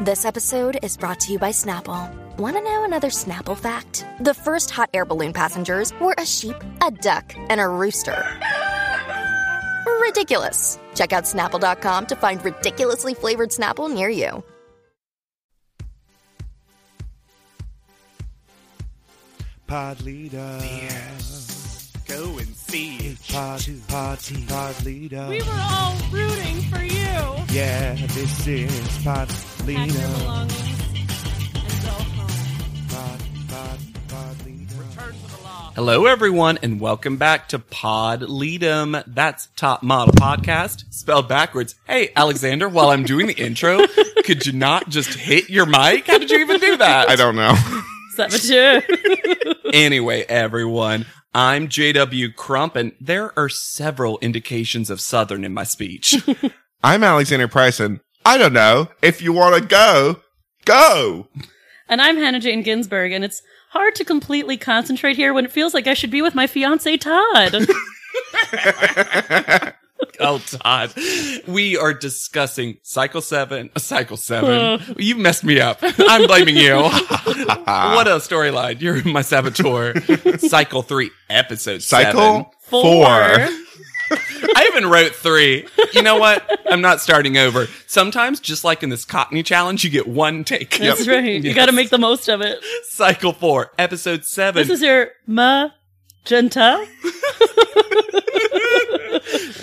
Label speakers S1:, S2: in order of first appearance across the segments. S1: This episode is brought to you by Snapple. Want to know another Snapple fact? The first hot air balloon passengers were a sheep, a duck, and a rooster. Ridiculous. Check out snapple.com to find ridiculously flavored Snapple near you.
S2: Pod leader.
S3: Go and see it.
S2: Pod, pod, pod leader.
S4: We were all rooting for you.
S2: Yeah, this is pod
S4: Pack your
S2: leader.
S4: belongings and go home.
S2: Pod, pod, pod leader.
S3: Hello, everyone, and welcome back to Pod Leadum. That's Top Model Podcast, spelled backwards. Hey, Alexander, while I'm doing the intro, could you not just hit your mic? How did you even do that?
S5: I don't know.
S3: Anyway, everyone, I'm JW Crump, and there are several indications of Southern in my speech.
S5: I'm Alexander Price, and I don't know. If you want to go, go.
S6: And I'm Hannah Jane Ginsburg, and it's hard to completely concentrate here when it feels like I should be with my fiance Todd.
S3: oh, Todd. We are discussing Cycle 7. uh, Cycle 7. you messed me up. I'm blaming you.
S5: Ah.
S3: what a storyline. You're my saboteur. Cycle 3, Episode
S5: Cycle
S6: 4
S5: four.
S3: seven. I even wrote 3. You know what? I'm not starting over. Sometimes, just like in this Cockney challenge, you get one take.
S6: That's right. You
S3: Yes.
S6: got to make the most of it.
S3: Cycle 4, Episode 7.
S6: This is your magenta.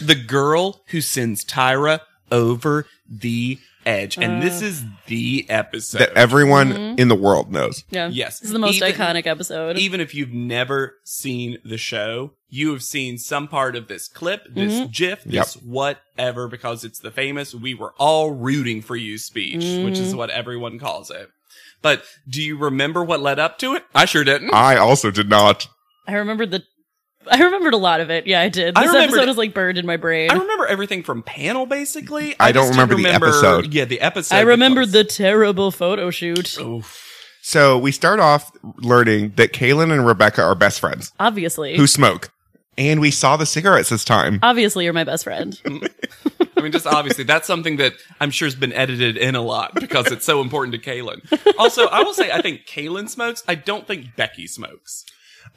S3: the girl who sends Tyra over the edge. And this is the episode.
S5: That everyone in the world knows.
S6: Yeah.
S3: Yes.
S6: This is the most
S3: Even-
S6: iconic episode.
S3: even if you've never seen the show, you have seen some part of this clip, this GIF, this whatever, because it's the famous "We were all rooting for you" speech, which is what everyone calls it. But do you remember what led up to it? I sure didn't.
S5: I also did not.
S6: I remembered the. I remembered a lot of it. Yeah, I did.
S3: I
S6: This
S3: remembered
S6: episode
S3: it.
S6: is like burned in my brain.
S3: I
S6: I,
S3: remember everything from panel, basically.
S5: I don't
S3: just
S5: remember
S3: didn't
S5: the episode.
S3: Yeah, the episode.
S6: remembered the
S3: because-
S6: terrible photo shoot.
S3: Oof.
S5: So we start off learning that Kaylin and Rebecca are best friends
S6: Obviously.
S5: who smoke. And we saw the cigarettes this time.
S6: Obviously, you're my best friend.
S3: I mean, just obviously, that's something that I'm sure has been edited in a lot because it's so important to Kaylin. Also, I will say, I think Kaylin smokes. I don't think Becky smokes.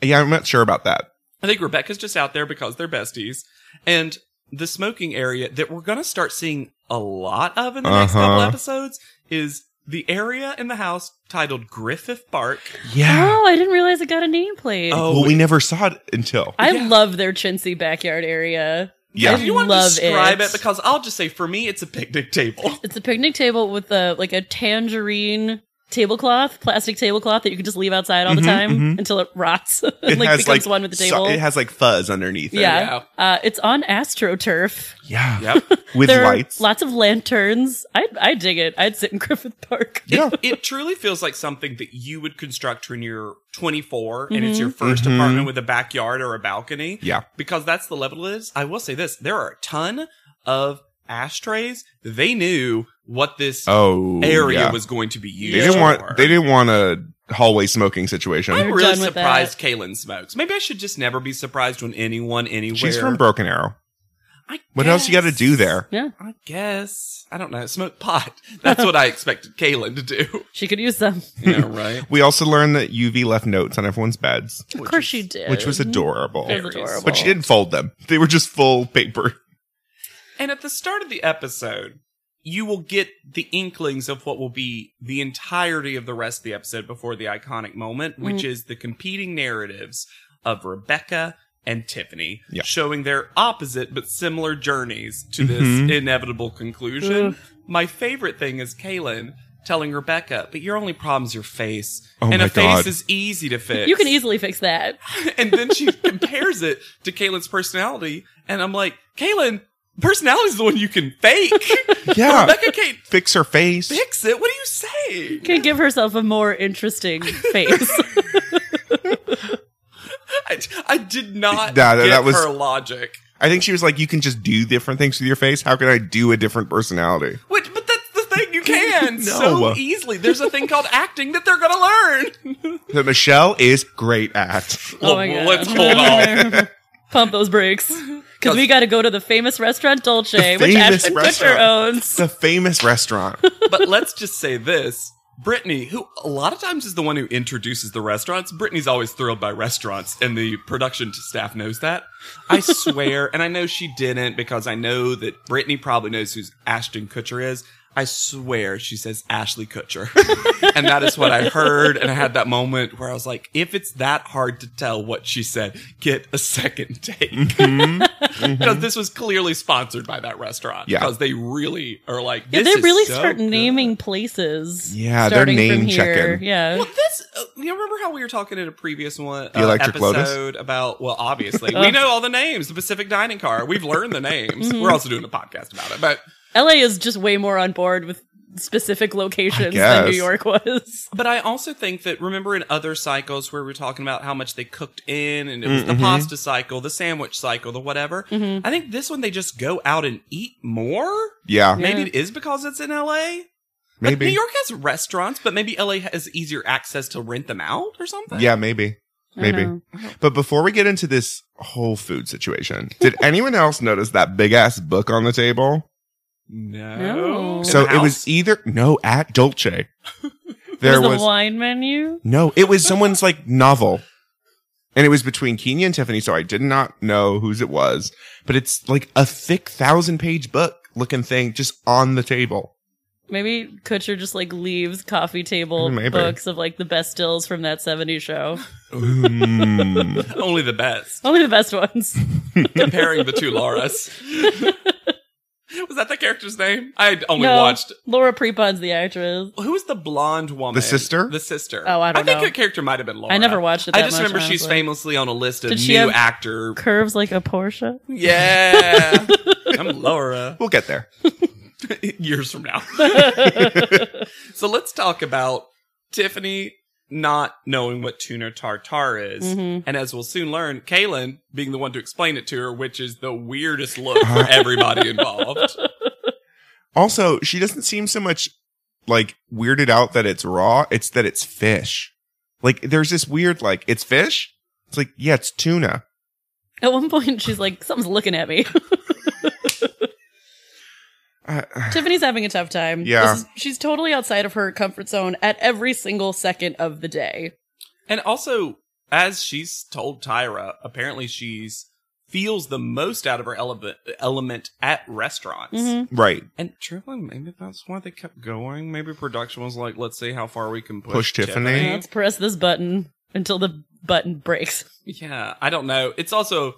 S5: Yeah, I'm not sure about that.
S3: I think Rebecca's just out there because they're besties. And the smoking area that we're going to start seeing a lot of in the next
S5: Uh-huh.
S3: couple episodes is the area in the house titled Griffith Park.
S5: Yeah.
S6: Oh, I didn't realize it got a nameplate.
S3: Oh,
S5: Well, we never saw it until.
S6: I
S3: yeah.
S6: love their chintzy backyard area.
S5: Yeah.
S6: I
S3: do you want to
S6: love
S3: describe it?
S6: it
S3: Because I'll just say, for me, it's a picnic table.
S6: It's a picnic table with a like a tangerine tablecloth, plastic tablecloth that you can just leave outside
S5: Mm-hmm,
S6: all the time until it rots and like becomes one with the
S5: so-
S6: table.
S5: it has like fuzz underneath it.
S6: yeah. Uh, it's on AstroTurf.
S5: Yeah.
S3: Yep.
S5: With
S6: there
S5: lights.
S6: are lots of lanterns. I I dig it. I'd sit in Griffith Park.
S5: yeah.
S3: It truly feels like something that you would construct when you're 24 and
S6: Mm-hmm.
S3: it's your 1st apartment with a backyard or a balcony.
S5: Mm-hmm. Yeah.
S3: Because that's the level it is. I will say this there are a ton of ashtrays. They knew what this
S5: Oh.
S3: area
S5: yeah.
S3: was going to be used
S5: They didn't
S3: for.
S5: want. They didn't want a hallway smoking situation.
S3: I'm
S6: They're
S3: really
S6: done with
S3: surprised Kaylin smokes. Maybe I should just never be surprised when anyone anywhere.
S5: She's from Broken Arrow.
S3: I
S5: What else you got to
S3: guess.
S5: do there?
S6: Yeah,
S3: I guess I don't know. Smoke pot. That's what I expected Kaylin to do.
S6: she could use them.
S3: yeah, right.
S5: We also learned that UV left notes on everyone's beds,
S6: Of course she did.
S5: which was adorable.
S6: It was adorable.
S5: But she didn't fold them; they were just full paper.
S3: And at the start of the episode, you will get the inklings of what will be the entirety of the rest of the episode before the iconic moment,
S6: Mm-hmm.
S3: which is the competing narratives of Rebecca and Tiffany
S5: Yeah.
S3: showing their opposite but similar journeys to this
S5: Mhm.
S3: inevitable conclusion. My favorite thing is Kaylin telling Rebecca, but your only problem is your face.
S5: Oh
S3: and
S5: my
S3: a
S5: God.
S3: face is easy to fix.
S6: You can easily fix that.
S3: and then she compares it to Kaylin's personality, and I'm like, Kaylin, Personality is the one you can fake.
S5: Yeah.
S3: Rebecca can't
S5: Fix her face.
S3: fix it. What are you saying?
S6: Can give herself a more interesting face.
S3: I, I did not
S5: No, no,
S3: get
S5: that was-
S3: her logic.
S5: I think she was like, you can just do different things with your face. How can I do a different personality?
S3: Which, but that's the thing. You can so
S5: No.
S3: easily. There's a thing called acting that they're going to learn.
S5: That Michelle is great at.
S6: oh my god.
S3: Let's hold on.
S6: Pump those brakes. Because we got to go to the famous restaurant Dolce,
S5: The
S6: which
S5: famous
S6: Ashton Kutcher
S5: restaurant.
S6: owns.
S5: The famous restaurant.
S3: but let's just say this. Brittany, who a lot of times is the one who introduces the restaurants, Brittany's always thrilled by restaurants, and the production staff knows that. I swear, and I know she didn't because I know that Brittany probably knows who Ashton Kutcher is. I swear she says Ashley Kutcher. and that is what I heard. And I had that moment where I was like, if it's that hard to tell what she said, get a second take. Because this was clearly sponsored by that restaurant.
S5: Yeah.
S3: Because they really are like,
S6: Yeah,
S3: this
S6: they
S3: is
S6: really
S3: so
S6: start
S3: good.
S6: naming places.
S5: Yeah, they're
S6: starting from
S5: name
S6: here.
S5: checking.
S6: Yeah.
S3: Well, this uh, you remember how we were talking in a previous one uh,
S5: The Electric
S3: episode
S5: Lotus?
S3: about well, obviously we know all the names, the Pacific Dining Car. We've learned the names. We're also doing a podcast about it, but
S6: LA is just way more on board with specific locations than New
S5: guess.
S6: York was.
S3: but I also think that remember in other cycles where we were talking about how much they cooked in, and it was
S5: Mm-hmm.
S3: the pasta cycle, the sandwich cycle, the whatever. I think this one they just go out and eat more.
S5: Yeah.
S3: Maybe it is because it's in LA. Like,
S5: Maybe.
S3: New York has restaurants, but maybe LA has easier access to rent them out or something.
S5: Yeah, maybe. Maybe.
S6: know.
S5: But before we get into this whole food situation, did anyone else notice that big ass book on the table?
S3: No.
S6: No.
S3: In
S5: so
S3: the
S5: it
S3: house?
S5: was either no at Dolce.
S6: There
S5: There
S6: was,
S5: was,
S6: the wine menu.
S5: no, it was someone's like novel. And it was between Kenya and Tiffany, so I did not know whose it was. But it's like a thick thousand page book looking thing just on the table.
S6: Maybe Kutcher just like leaves coffee table
S5: Maybe.
S6: books of like the best stills from that 70s show.
S3: Hmm.
S5: Mm.
S3: Only the best.
S6: Only the best ones.
S3: comparing the two Laura's. was that the character's name? I had only
S6: no,
S3: watched.
S6: Laura Prepon's the actress.
S3: Who was the blonde woman?
S5: The sister?
S3: The sister.
S6: Oh, I don't
S3: I think
S6: know.
S3: her character might have been Laura.
S6: I never watched it
S3: Oh, I
S6: that
S3: just
S6: much,
S3: remember she's
S6: honestly.
S3: famously on a list of
S6: Did she
S3: new
S6: have-
S3: actor.
S6: Curves like a Porsche.
S3: Yeah, I'm Laura.
S5: we'll get there.
S3: Years from now. so let's talk about Tiffany not knowing what tuna tartar is,
S6: Mm-hmm.
S3: and as we'll soon learn, Kaylin being the one to explain it to her, which is the weirdest look for everybody involved.
S5: Also, she doesn't seem so much like weirded out that it's raw. It's that it's fish. Like there's this weird like it's fish. It's like yeah, it's tuna.
S6: At one point, she's like, "Something's looking at me."
S5: Uh,
S6: Tiffany's having a tough time.
S5: Yeah.
S6: This is- she's totally outside of her comfort zone at every single second of the day.
S3: And also, as she's told Tyra, apparently she's feels the most out of her element element at restaurants.
S5: right.
S3: And truly, maybe that's why they kept going. Maybe production was like, let's see how far we can push,
S5: Push Tiffany.
S6: Uh, Let's press this button until the button breaks.
S3: Yeah, I don't know. It's also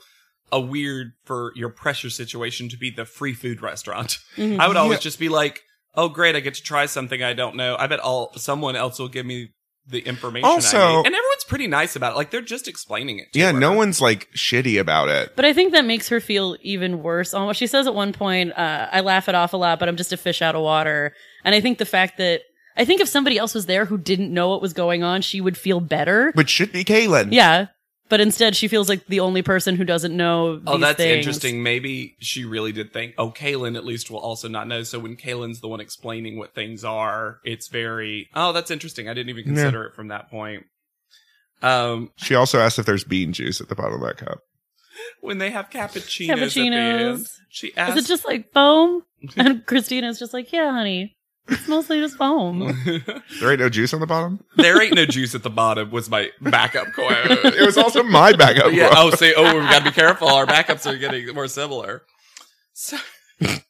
S3: a weird for your pressure situation to be the free food restaurant. I would always
S5: Yeah.
S3: just be like, oh great, I get to try something I don't know. I bet all someone else will give me the information I
S5: Also-
S3: need. And everyone's pretty nice about it. Like they're just explaining it to
S5: Yeah,
S3: her.
S5: no one's like shitty about it.
S6: But I think that makes her feel even worse. On what she says at one point, uh, I laugh it off a lot, but I'm just a fish out of water. And I think the fact that I think if somebody else was there who didn't know what was going on, she would feel better.
S5: Which should be Kaylin.
S6: yeah. But instead, she feels like the only person who doesn't know.
S3: Oh,
S6: these
S3: that's
S6: things.
S3: interesting. Maybe she really did think, oh, Kaylin at least will also not know. So when Kaylin's the one explaining what things are, it's very, oh, that's interesting. I didn't even consider it from that point. Um,
S5: She also asked if there's bean juice at the bottom of that cup.
S3: when they have cappuccinos, at the
S6: Cappuccinos.
S3: end, she asked,
S6: Is it just like foam? And Christina's just like, yeah, honey. It's mostly just foam.
S5: There ain't no juice on the bottom.
S3: there ain't no juice at the bottom was my backup quote.
S5: It was also my backup.
S3: yeah.
S5: book.
S3: Oh, say, oh, we gotta be careful. Our backups are getting more similar. So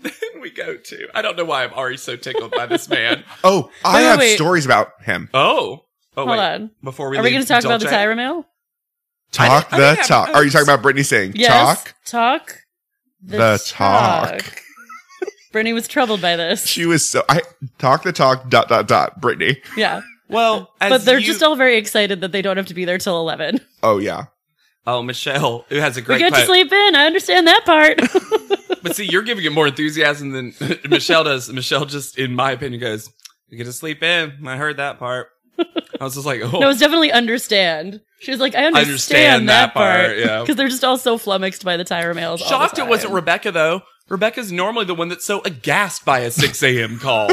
S3: then we go to, I don't know why I'm already so tickled by this man.
S5: Oh, I
S6: Wait,
S5: have
S6: wait.
S5: stories about him.
S3: Oh. Oh,
S6: Hold
S3: wait.
S6: on.
S3: Before we
S6: Are we
S3: leave
S6: going to talk about the
S3: Dolce-
S6: Tyra mail?
S5: Talk
S3: I don't- I
S5: the
S3: don't have
S5: talk. Are you
S3: notes.
S5: talking about Brittany saying
S6: Yes.
S5: talk?
S6: Talk.
S5: The talk.
S6: Brittany was troubled by this.
S5: She was so I talk the talk dot dot dot Brittany.
S6: yeah.
S3: Well, as
S6: But they're
S3: you-
S6: just all very excited that they don't have to be there till 11.
S5: Oh yeah.
S3: Oh, Michelle, who has a
S6: We
S3: great
S6: get to
S3: quote.
S6: sleep in. I understand that part.
S3: But see, you're giving it more enthusiasm than Michelle does. Michelle just, in my opinion, goes, "You get to sleep in." I heard that part. I was just like, "Oh,
S6: No, it's definitely understand. She was like, I understand,
S3: understand that
S6: that, part.
S3: part, yeah.
S6: Because they're just all so flummoxed by the tire mails. all the
S3: shocked it wasn't
S6: time.
S3: Rebecca though." Rebecca's normally the one that's so aghast by a 6 a.m. call.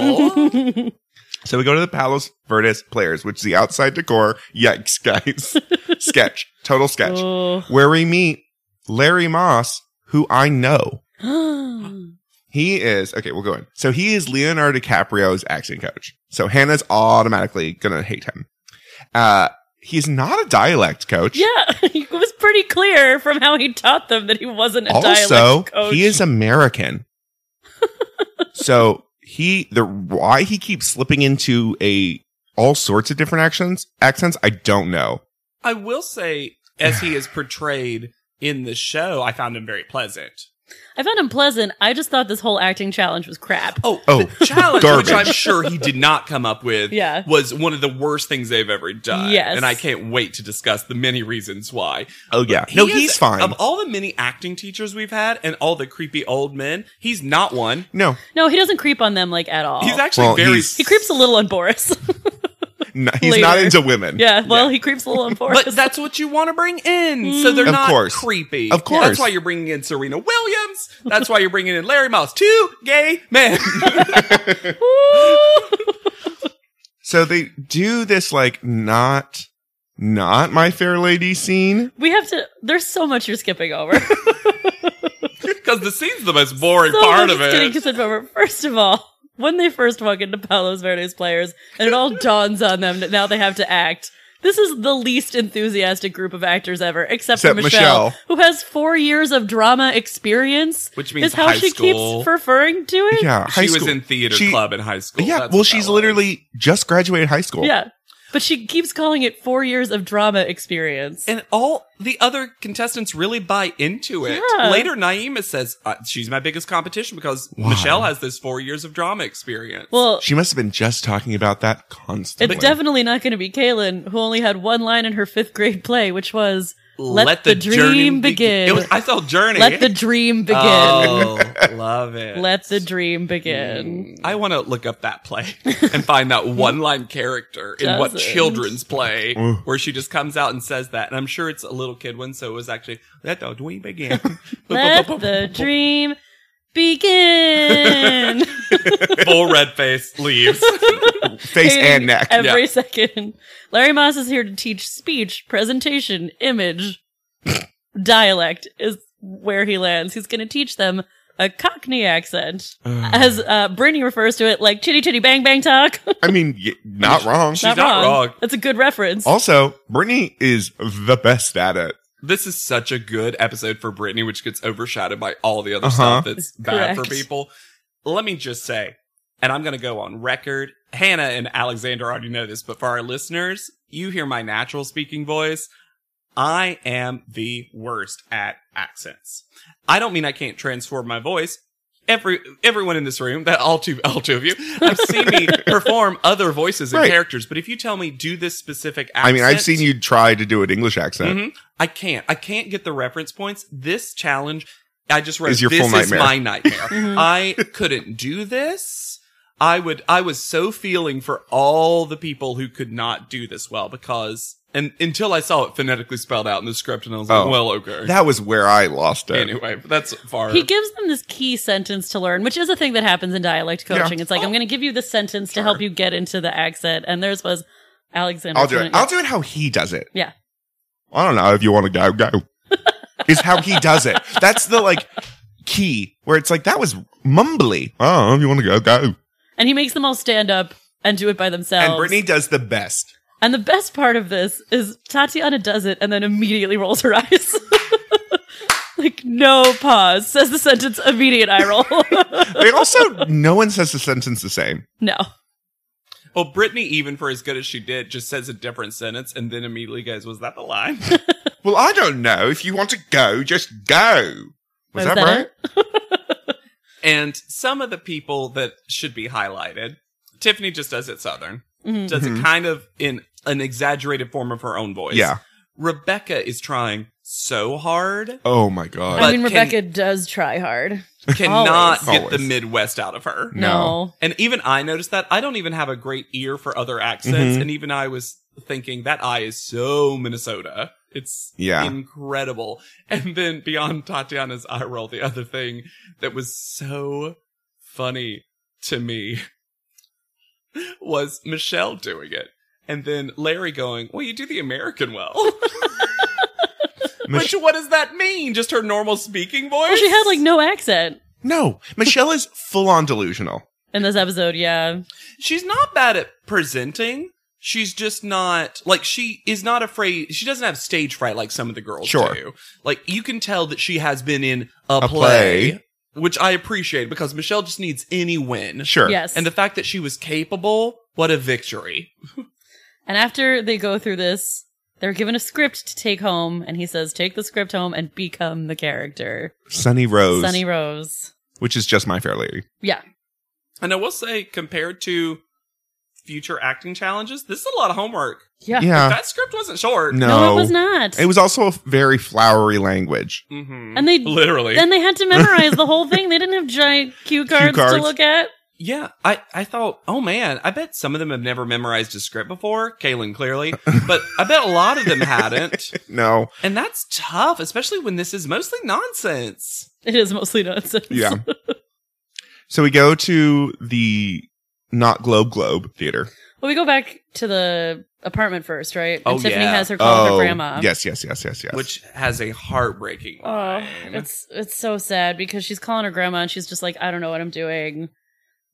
S5: So we go to the Palos Verdes Players, which is the outside decor. Yikes, guys. sketch. Total sketch.
S6: Oh.
S5: Where we meet Larry Moss, who I know.
S6: Oh.
S5: He is, okay, we'll go in. So he is Leonardo DiCaprio's acting coach. So Hannah's automatically going to hate him. Uh, he's not a dialect coach.
S6: yeah, it was pretty clear from how he taught them that he wasn't a
S5: also,
S6: dialect coach.
S5: he is American. so he the why he keeps slipping into a all sorts of different actions accents, I don't know.
S3: I will say, as he is portrayed in the show, I found him very pleasant.
S6: I found him pleasant. I just thought this whole acting challenge was crap.
S3: Oh,
S5: Oh,
S3: the challenge,
S5: garbage.
S3: which I'm sure he did not come up with,
S6: Yeah.
S3: was one of the worst things they've ever done.
S6: Yes.
S3: And I can't wait to discuss the many reasons why.
S5: Oh yeah.
S3: He
S5: No,
S3: is-
S5: he's fine.
S3: Of all the many acting teachers we've had and all the creepy old men, he's not one.
S5: no,
S6: No, he doesn't creep on them like at all.
S3: He's actually
S5: Well,
S3: very.
S5: he's-
S6: he creeps a little on Boris.
S5: no, he's not
S6: Later.
S5: into women.
S6: yeah, well, he creeps a little on Boris.
S3: But that's what you want to bring
S6: Mm.
S3: in. So they're
S5: Of
S3: not
S5: course.
S3: creepy.
S5: Of course.
S3: That's why you're bringing in Serena Williams. That's why you're bringing in Larry Moss. Two gay men.
S5: So they do this like not not my fair lady scene.
S6: we have to. There's so much you're skipping over.
S3: Because the scene's the most boring
S6: so
S3: part
S6: much
S3: of
S6: is getting
S3: it.
S6: skipped over. First of all, when they first walk into Palos Verdes players, and it all dawns on them that now they have to act. This is the least enthusiastic group of actors ever, except, for
S5: Except
S6: Michelle,
S5: Michelle.
S6: who has four years of drama experience,
S3: Which means
S6: is how
S3: high
S6: she
S3: school.
S6: keeps referring to it.
S5: Yeah, high
S3: she
S5: school.
S3: was in theater
S5: She-
S3: club in high school.
S5: Yeah,
S3: That's
S5: well,
S3: what
S5: she's
S3: that was.
S5: literally just graduated high school.
S6: Yeah. But she keeps calling it four years of drama experience.
S3: And all the other contestants really buy into it.
S6: Yeah.
S3: Later, Naima says uh, she's my biggest competition because Michelle has this four years of drama experience.
S6: well,
S5: She must have been just talking about that
S6: it's
S5: constantly.
S6: definitely not going to be Kaylin, who only had one line in her fifth grade play, which was Let, the, dream, begin.
S3: It was, I saw Journey.
S6: Let the dream begin.
S3: Oh, love it. Mm.
S6: Let the dream begin.
S3: I want to look up that play and find that one line character in what
S6: Doesn't.
S3: children's play where she just comes out and says that. And I'm sure it's a little kid one, so it was actually, let the dream begin.
S6: Let the dream begin.
S3: Full red face leaves.
S5: face and neck.
S6: Every
S3: Yeah.
S6: second. Larry Moss is here to teach speech, presentation, image, dialect is where he lands. He's going to teach them a Cockney accent, as uh, Brittany refers to it, like chitty chitty bang bang talk.
S5: I mean, y- not wrong.
S3: She's not wrong.
S6: That's a good reference.
S5: Also, Brittany is the best at it.
S3: This is such a good episode for Brittany, which gets overshadowed by all the other
S5: Uh-huh.
S3: stuff that's bad for
S6: Correct.
S3: people. Let me just say, and I'm going to go on record. Hannah and Alexander already know this, but for our listeners, you hear my natural speaking voice. I am the worst at accents. I don't mean I can't transform my voice. Every everyone in this room, that all two all two of you, have seen me perform other voices and
S5: Right.
S3: characters. But if you tell me do this specific accent,
S5: I mean, I've seen you try to do an English accent.
S3: Mhm. I can't. I can't get the reference points. This challenge, I just wrote.
S5: Is your
S3: this
S5: full
S3: is
S5: nightmare."
S3: my nightmare. I couldn't do this. I would. I was so feeling for all the people who could not do this well because, and until I saw it phonetically spelled out in the script, and I was like,
S5: Oh.
S3: well, okay.
S5: That was where I lost it.
S3: Mm-hmm. anyway, but that's far.
S6: He gives them this key sentence to learn, which is a thing that happens in dialect coaching. It's like, I'm going to give you the sentence to help you get into the accent. And theirs was Alexander.
S5: I'll do it.
S6: Fleming-
S5: I'll do it how he does it.
S6: Yeah.
S5: I don't know if you want to go go. is how he does it. That's the like key where it's like that was mumbly. Oh, if you want to go go.
S6: And he makes them all stand up and do it by themselves.
S5: And Brittany does the best.
S6: And the best part of this is Tatiana does it and then immediately rolls her eyes. like, no pause. Says the sentence, immediate eye roll.
S5: They also no one says the sentence the same.
S6: no.
S3: well, Brittany, even for as good as she did, just says a different sentence and then immediately goes, "Was that the line?"
S5: Well, I don't know. If you want to go, just go. Was, that, right?
S6: Oh, it?
S3: And some of the people that should be highlighted, Tiffany just does it Southern, does it kind of in an exaggerated form of her own voice.
S5: Mm-hmm. Yeah.
S3: Rebecca is trying so hard.
S5: Oh my god.
S6: I
S3: But
S6: mean,
S3: can-
S6: Rebecca does try hard.
S3: Cannot get the
S5: Always.
S3: Midwest out of her.
S6: No.
S3: And even I noticed that I don't even have a great ear for other accents.
S5: Mhm.
S3: And even I was thinking that I is so Minnesota. It's
S5: Yeah.
S3: incredible. And then beyond Tatiana's eye roll, the other thing that was so funny to me was Michelle doing it. And then Larry going, Well, you do the American well.
S5: Mich-
S3: Which, what does that mean? Just her normal speaking voice?
S6: Well, she had like no accent
S5: no, Michelle is full on delusional.
S6: in this episode. Yeah.
S3: she's not bad at presenting. She's just not like she is not afraid. She doesn't have stage fright like some of the girls
S5: Sure.
S3: do. Like you can tell that she has been in a,
S5: A
S3: play,
S5: play.
S3: which I appreciate because Michelle just needs any win.
S5: Sure.
S6: Yes.
S3: And the fact that she was capable, what a victory.
S6: And after they go through this, they're given a script to take home, and he says, "Take the script home and become the character."
S5: Sunny Rose,
S6: Sunny Rose.
S5: which is just my fair lady.
S6: Yeah.
S3: And I will say, compared to future acting challenges, this is a lot of homework.
S6: Yeah.
S5: Yeah.
S3: that script wasn't short.
S5: Uh. No.
S6: No, it was not.
S5: It was also a very flowery language.
S3: Mm-hmm.
S6: And they
S3: literally
S6: then they had to memorize the whole thing. They didn't have giant cue cards, to
S5: cards.
S6: look at.
S3: Yeah, I, I thought, oh man, I bet some of them have never memorized a script before, Kaylin clearly, but I bet a lot of them hadn't.
S5: No.
S3: And that's tough, especially when this is mostly nonsense.
S6: It is mostly nonsense.
S5: Yeah. so we go to the not Globe Globe Theater.
S6: Well, we go back to the apartment first, right? And
S3: Oh,
S6: Tiffany
S3: yeah.
S6: has her call with her grandma.
S5: yes, yes, yes, yes, yes.
S3: Which has a heartbreaking
S6: Oh,
S3: line.
S6: it's it's so sad because she's calling her grandma and she's just like, I don't know what I'm doing.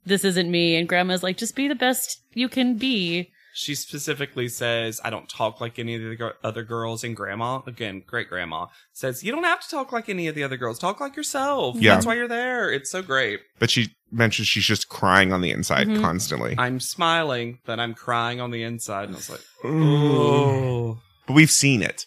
S6: This isn't me. And grandma's like, just be the best you can be.
S3: she specifically says, I don't talk like any of the gir- other girls. And grandma, again, great grandma, says, You don't have to talk like any of the other girls. Talk like yourself.
S5: Yeah.
S3: That's why you're there. It's so great.
S5: but she mentions she's just crying on the inside
S6: Mhm.
S5: constantly.
S3: I'm smiling, but I'm crying on the inside. And I was like,
S5: Ooh.
S3: Oh.
S5: But we've seen it.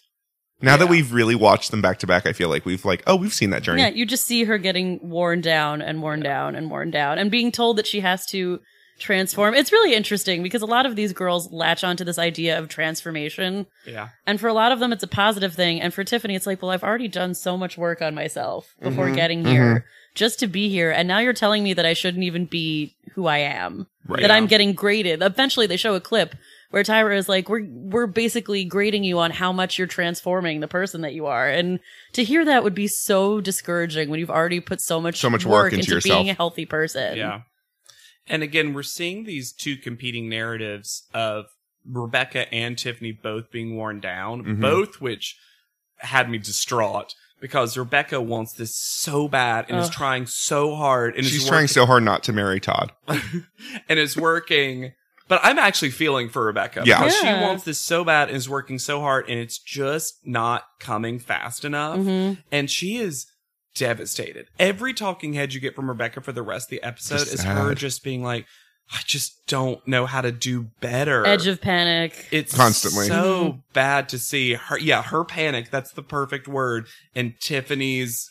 S5: Now that
S3: Yeah.
S5: we've really watched them back to back, I feel like we've like, oh, we've seen that journey.
S6: Yeah, you just see her getting worn down and worn down and worn down and being told that she has to transform. It's really interesting because a lot of these girls latch onto this idea of transformation.
S3: Yeah.
S6: And for a lot of them, it's a positive thing. And for Tiffany, it's like, well, I've already done so much work on myself before
S5: Mhm,
S6: getting here just to be here. And now you're telling me that I shouldn't even be who I am,
S5: Right.
S6: that I'm getting graded. Eventually, they show a clip where Tyra is like, we're, we're basically grading you on how much you're transforming the person that you are. And to hear that would be so discouraging when you've already put so much,
S5: So much work into
S6: being a
S5: yourself.
S6: healthy person.
S3: Yeah. And again, we're seeing these two competing narratives of Rebecca and Tiffany both being worn down,
S5: Mhm.
S3: both which had me distraught because Rebecca wants this so bad and is
S6: Ugh.
S3: trying so hard and
S5: she's
S3: is
S5: trying so hard not to marry Todd.
S3: working, and is working. But I'm actually feeling for Rebecca
S5: Yeah.
S3: because
S6: Yeah.
S3: she wants this so bad and is working so hard and it's just not coming fast enough
S6: Mhm.
S3: and she is devastated. Every talking head you get from Rebecca for the rest of the episode
S5: Just
S3: is
S5: sad.
S3: her just being like, "I just don't know how to do better."
S6: Edge of Mm-hmm. panic.
S3: it's
S5: Constantly.
S3: so bad to see her. Yeah, her panic. That's the perfect word. And Tiffany's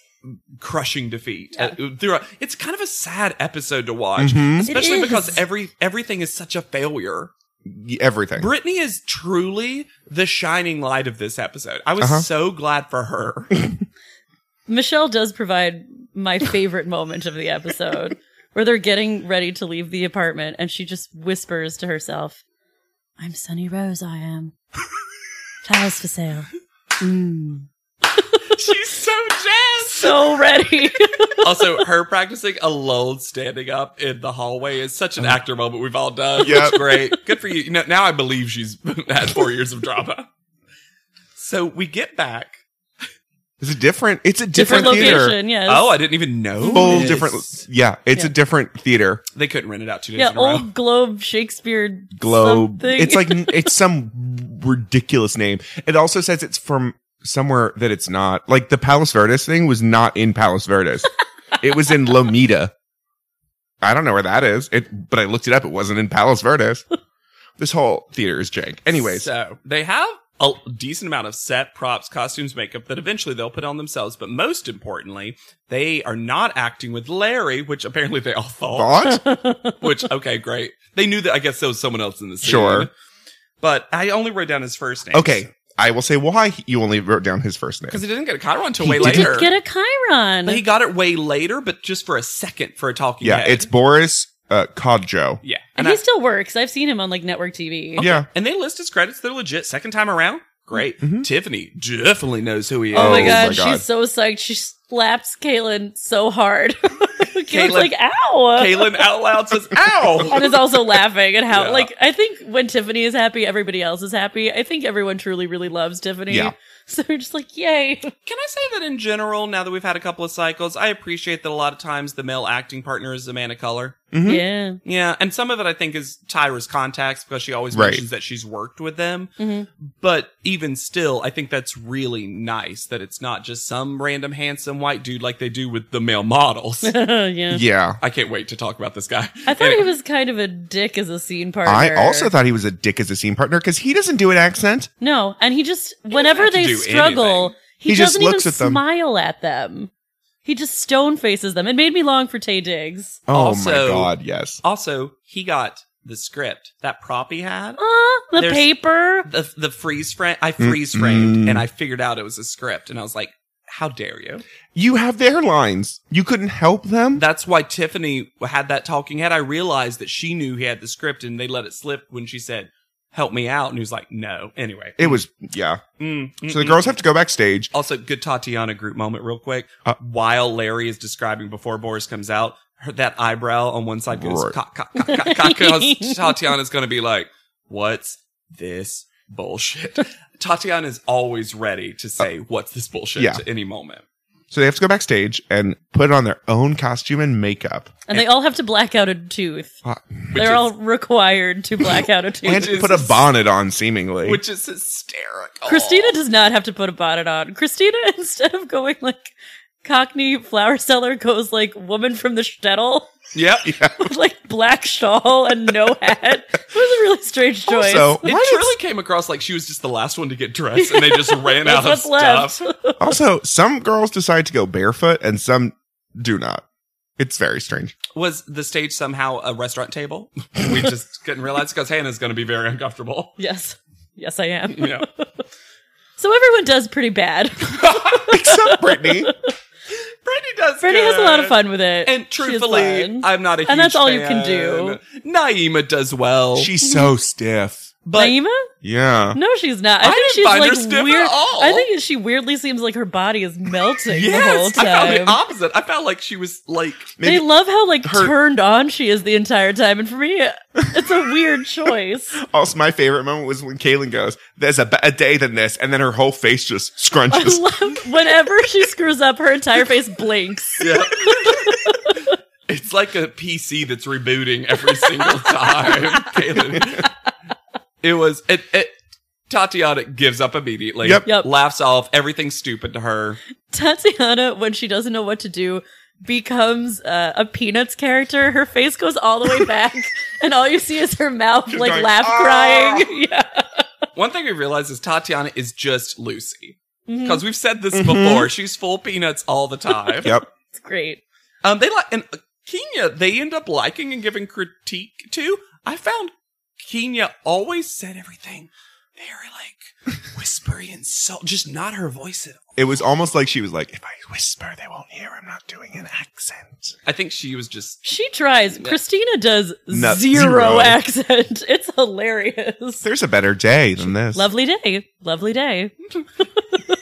S3: crushing defeat Uh, throughout. It's kind of a sad episode to watch.
S5: Mhm.
S3: Especially
S6: is.
S3: because every everything is such a failure.
S5: Y- Everything.
S3: Brittany is truly the shining light of this episode. I was
S5: Uh-huh.
S3: so glad for her.
S6: Michelle does provide my favorite moment of the episode where they're getting ready to leave the apartment and she just whispers to herself, I'm Sunny Rose, I am. Towels for sale. Mm.
S3: She's so jazzed.
S6: So ready.
S3: also, her practicing a lull standing up in the hallway is such
S5: Uh-huh.
S3: an actor moment we've all done.
S5: Yep.
S3: It's great. Good for you. Now, now I believe she's had four years of drama. So we get back.
S5: It's a different. It's a different,
S6: Different
S5: theater.
S6: location, yes.
S3: Oh, I didn't even know.
S5: Full
S3: this.
S5: different. Yeah, it's
S6: Yeah.
S5: a different theater.
S3: They couldn't rent it out two days
S6: yeah,
S3: in a row.
S6: old globe Shakespeare
S5: Globe.
S6: something.
S5: It's like it's some ridiculous name. It also says it's from somewhere that it's not. Like the Palos Verdes thing was not in Palos Verdes. it was in Lomita. I don't know where that is. It, but I looked it up. It wasn't in Palos Verdes. this whole theater is jank. Anyways,
S3: so they have a decent amount of set props, costumes, makeup that eventually they'll put on themselves. But most importantly, they are not acting with Larry, which apparently they all
S5: thought
S3: Which okay, great. They knew that. I guess there was someone else in the scene.
S5: Sure.
S3: But I only wrote down his first name.
S5: okay. I will say why you only wrote down his first
S3: because
S5: name.
S3: he didn't get a Chiron until
S5: He
S3: way
S5: didn't
S3: later.
S6: Did get a Chiron.
S3: But he got it way later, but just for a second for a talking
S5: Yeah,
S3: head.
S5: it's Boris uh, Kodjo.
S3: yeah,
S6: and
S3: I-
S6: he still works. I've seen him on like network TV.
S5: Yeah.
S3: and they list his credits. They're legit. Second time around, great. Tiffany definitely knows who he is.
S6: Oh,
S5: Mm-hmm.
S6: my,
S5: Oh my
S6: god,
S5: God.
S6: she's so psyched. She slaps Caitlin so hard.
S3: Caitlin-
S6: Caitlin's like, ow.
S3: Kaylin out loud says, "Ow!"
S6: and is also laughing at how
S3: Yeah.
S6: like I think when Tiffany is happy, everybody else is happy. I think everyone truly really loves Tiffany.
S5: Yeah.
S6: So we're just like, yay.
S3: Can I say that in general? Now that we've had a couple of cycles, I appreciate that a lot of times the male acting partner is a man of color.
S6: Yeah.
S3: Yeah, and some of it I think is Tyra's contacts because she always
S5: Right.
S3: mentions that she's worked with them.
S6: Mhm.
S3: But even still, I think that's really nice that it's not just some random handsome white dude like they do with the male models.
S6: yeah.
S5: Yeah.
S3: I can't wait to talk about this guy.
S6: I thought
S3: Anyway,
S6: he was kind of a dick as a scene partner.
S5: I also thought he was a dick as a scene partner because he doesn't do an accent.
S6: No, and he just whenever
S3: have to
S6: they
S3: do
S6: struggle,
S3: anything.
S6: he,
S5: He just
S6: doesn't
S5: looks
S6: even
S5: at them.
S6: smile at them. He just stone faces them. It made me long for Tay Diggs.
S5: Oh my
S3: Also-
S5: god, yes.
S3: Also, he got the script that prop he had.
S6: Ah, the
S3: There's-
S6: paper.
S3: The the freeze frame. I freeze framed and I figured out it was a script, and I was like, "How dare you?"
S5: You have their lines. You couldn't help them.
S3: That's why Tiffany had that talking head. I realized that she knew he had the script, and they let it slip when she said, "Help me out," and he was like, "No." Anyway,
S5: It was yeah.
S3: Mm, mm,
S5: So the
S3: mm.
S5: girls have to go backstage.
S3: Also, good Tatiana group moment, real quick.
S5: Uh,
S3: While Larry is describing before Boris comes out, her, that eyebrow on one side goes
S5: Right.
S3: cock, cock, cock, cock, cock, 'cause Tatiana's going to be like, "What's this bullshit?" Tatiana is always ready to say, "What's this bullshit?"
S5: yeah.
S3: to any moment.
S5: So they have to go backstage and put on their own costume and makeup.
S6: And they all have to black out a tooth.
S5: Uh,
S6: They're all required to black out a tooth.
S5: And
S3: is-
S5: put a bonnet on seemingly.
S3: Which is hysterical.
S6: Christina does not have to put a bonnet on. Christina, instead of going like Cockney flower seller, goes like woman from the shtetl
S3: Yep.
S6: with like black shawl and no hat. It was a really strange choice.
S5: also,
S3: Oh, It
S5: why
S3: truly came across like she was just the last one to get dressed, and they just ran
S6: That's
S3: out of
S6: what's
S3: stuff.
S6: left.
S5: did- also some girls decide to go barefoot and some do not. It's very strange.
S3: Was the stage somehow a restaurant table? we just couldn't realize because Hannah's going to be very uncomfortable.
S6: Yes. Yes, I am.
S3: You know,
S6: So everyone does pretty bad.
S5: Except Brittany.
S3: Brittany does.
S6: Brittany has a lot of
S3: good.
S6: fun with it.
S3: And
S6: She is
S3: truthfully,
S6: fun.
S3: I'm not a.
S6: And that's
S3: huge
S6: all you can
S3: fan.
S6: do.
S3: Naima does well.
S5: She's so stiff.
S3: but
S6: Naima?
S5: Oh. Yeah.
S6: No, she's not. I,
S3: I
S6: think
S3: didn't
S6: she's
S3: find her
S6: like
S3: stiff at
S6: weird.
S3: all.
S6: I think she weirdly seems like her body is melting the whole
S3: yes, I found
S6: time.
S3: the opposite. I felt like she was like.
S6: they
S5: Maybe-
S6: love how like
S5: her-
S6: turned on she is the entire time, and for me, it's a weird choice.
S5: Also, my favorite moment was when Kaylin goes, There's a better day than this. And then her whole face just
S6: I
S5: scrunches.
S6: love whenever she screws up, her entire face blinks.
S3: Yeah. it's like a PC that's rebooting every single time, Kaylin. It was it, it Tatiana gives up immediately.
S5: Yep.
S6: Yep.
S3: Laughs off. Everything's stupid to her.
S6: Tatiana, when she doesn't know what to do, becomes uh, a Peanuts character. Her face goes all the way back, and all you see is her mouth,
S5: She's
S6: like
S5: going,
S6: laugh
S5: "Ah!"
S6: crying. yeah.
S3: One thing we realize is Tatiana is just Lucy. Because we've said this before. She's full peanuts all the time.
S5: Mm-hmm. yep.
S6: It's great.
S3: Um they like and Kenya, they end up liking and giving critique to. I found Kenya always said everything very like whispery and so just not her voice at all.
S5: It was almost like she was like, If I whisper, they won't hear. I'm not doing an accent.
S3: I think she was just
S6: She tries. Christina does
S5: No,
S6: zero,
S5: zero.
S6: accent. It's hilarious.
S5: There's a better day than this.
S6: Lovely day. Lovely day.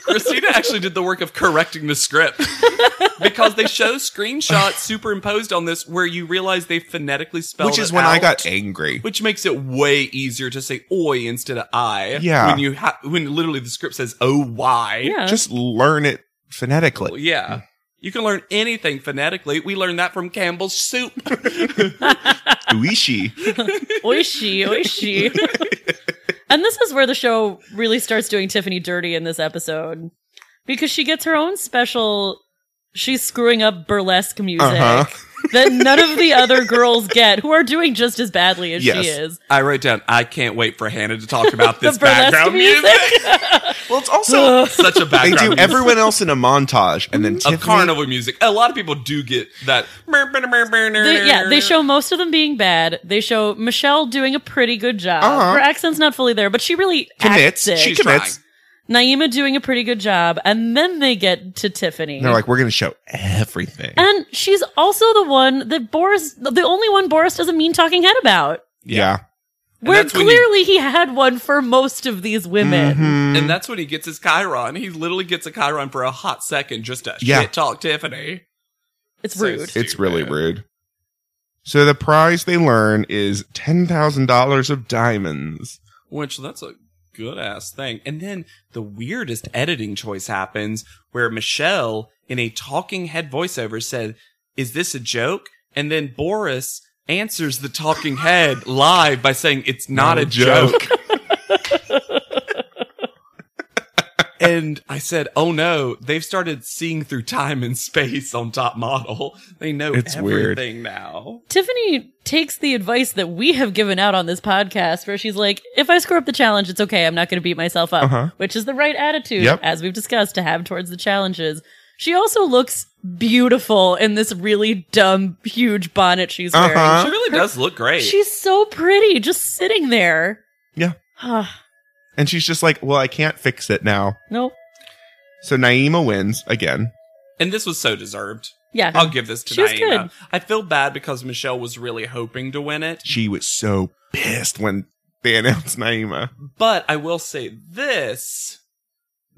S3: Christina actually did the work of correcting the script because they show screenshots superimposed on this where you realize they phonetically spelled
S5: Which is
S3: it
S5: when I
S3: out,
S5: got angry.
S3: which makes it way easier to say oi instead of I.
S5: Yeah.
S3: when you ha- when literally the script says oh, o y.
S6: Yeah.
S5: Just learn it phonetically.
S3: yeah. You can learn anything phonetically. We learned that from Campbell's soup. Oh,
S5: Uishi.
S6: Oishi, oishi. and this is where the show really starts doing Tiffany dirty in this episode because she gets her own special. She's screwing up burlesque music
S5: Uh-huh.
S6: that none of the other girls get, who are doing just as badly as
S5: Yes.
S6: she is.
S3: I wrote down. I can't wait for Hannah to talk about this
S6: burlesque
S3: background music.
S5: Well, it's also
S3: Such a
S5: they
S3: background.
S5: do
S3: music.
S5: everyone else in a montage, and then Tiffany.
S3: of carnival music. A lot of people do get that.
S6: They, yeah, they show most of them being bad. They show Michelle doing a pretty good job.
S5: Uh-huh.
S6: Her accent's not fully there, but she really
S5: Commits.
S6: acts it.
S5: She
S3: She's trying.
S5: commits.
S6: Naima doing a pretty good job, and then they get to Tiffany.
S5: And they're like, we're going to show everything.
S3: Uh,
S6: and she's also the one that Boris, the only one Boris does a mean talking head about.
S5: yeah.
S3: And
S6: Where
S3: that's when you-
S6: clearly he had one for most of these women.
S5: Mhm.
S3: And that's when he gets his Chiron. He literally gets a Chiron for a hot second just to
S5: Yeah.
S3: shit talk Tiffany.
S6: It's
S3: So
S6: rude.
S5: It's really
S3: Stupid.
S5: rude. So the prize they learn is ten thousand dollars of diamonds.
S3: Which that's a good ass thing. And then the weirdest editing choice happens where Michelle in a talking head voiceover said, Is this a joke? And then Boris answers the talking head live by saying it's not, a joke. and I said, Oh no, they've started seeing through time and space on top model. They know
S5: It's weird.
S3: everything now.
S6: Tiffany takes the advice that we have given out on this podcast where she's like, if I screw up the challenge, it's okay. I'm not going to beat myself up,
S5: Uh-huh.
S6: which is the right attitude,
S5: Yep.
S6: as we've discussed, to have towards the challenges. She also looks beautiful in this really dumb, huge bonnet she's wearing.
S5: Uh-huh.
S3: She really does look great.
S6: She's so pretty just sitting there.
S5: Yeah. And she's just like, Well, I can't fix it now.
S6: nope.
S5: So Naima wins again.
S3: and this was so deserved.
S6: Yeah.
S3: I'll give this to
S6: She was
S3: Naima.
S6: good.
S3: I feel bad because Michelle was really hoping to win it,
S5: She was so pissed when they announced Naima.
S3: but I will say this.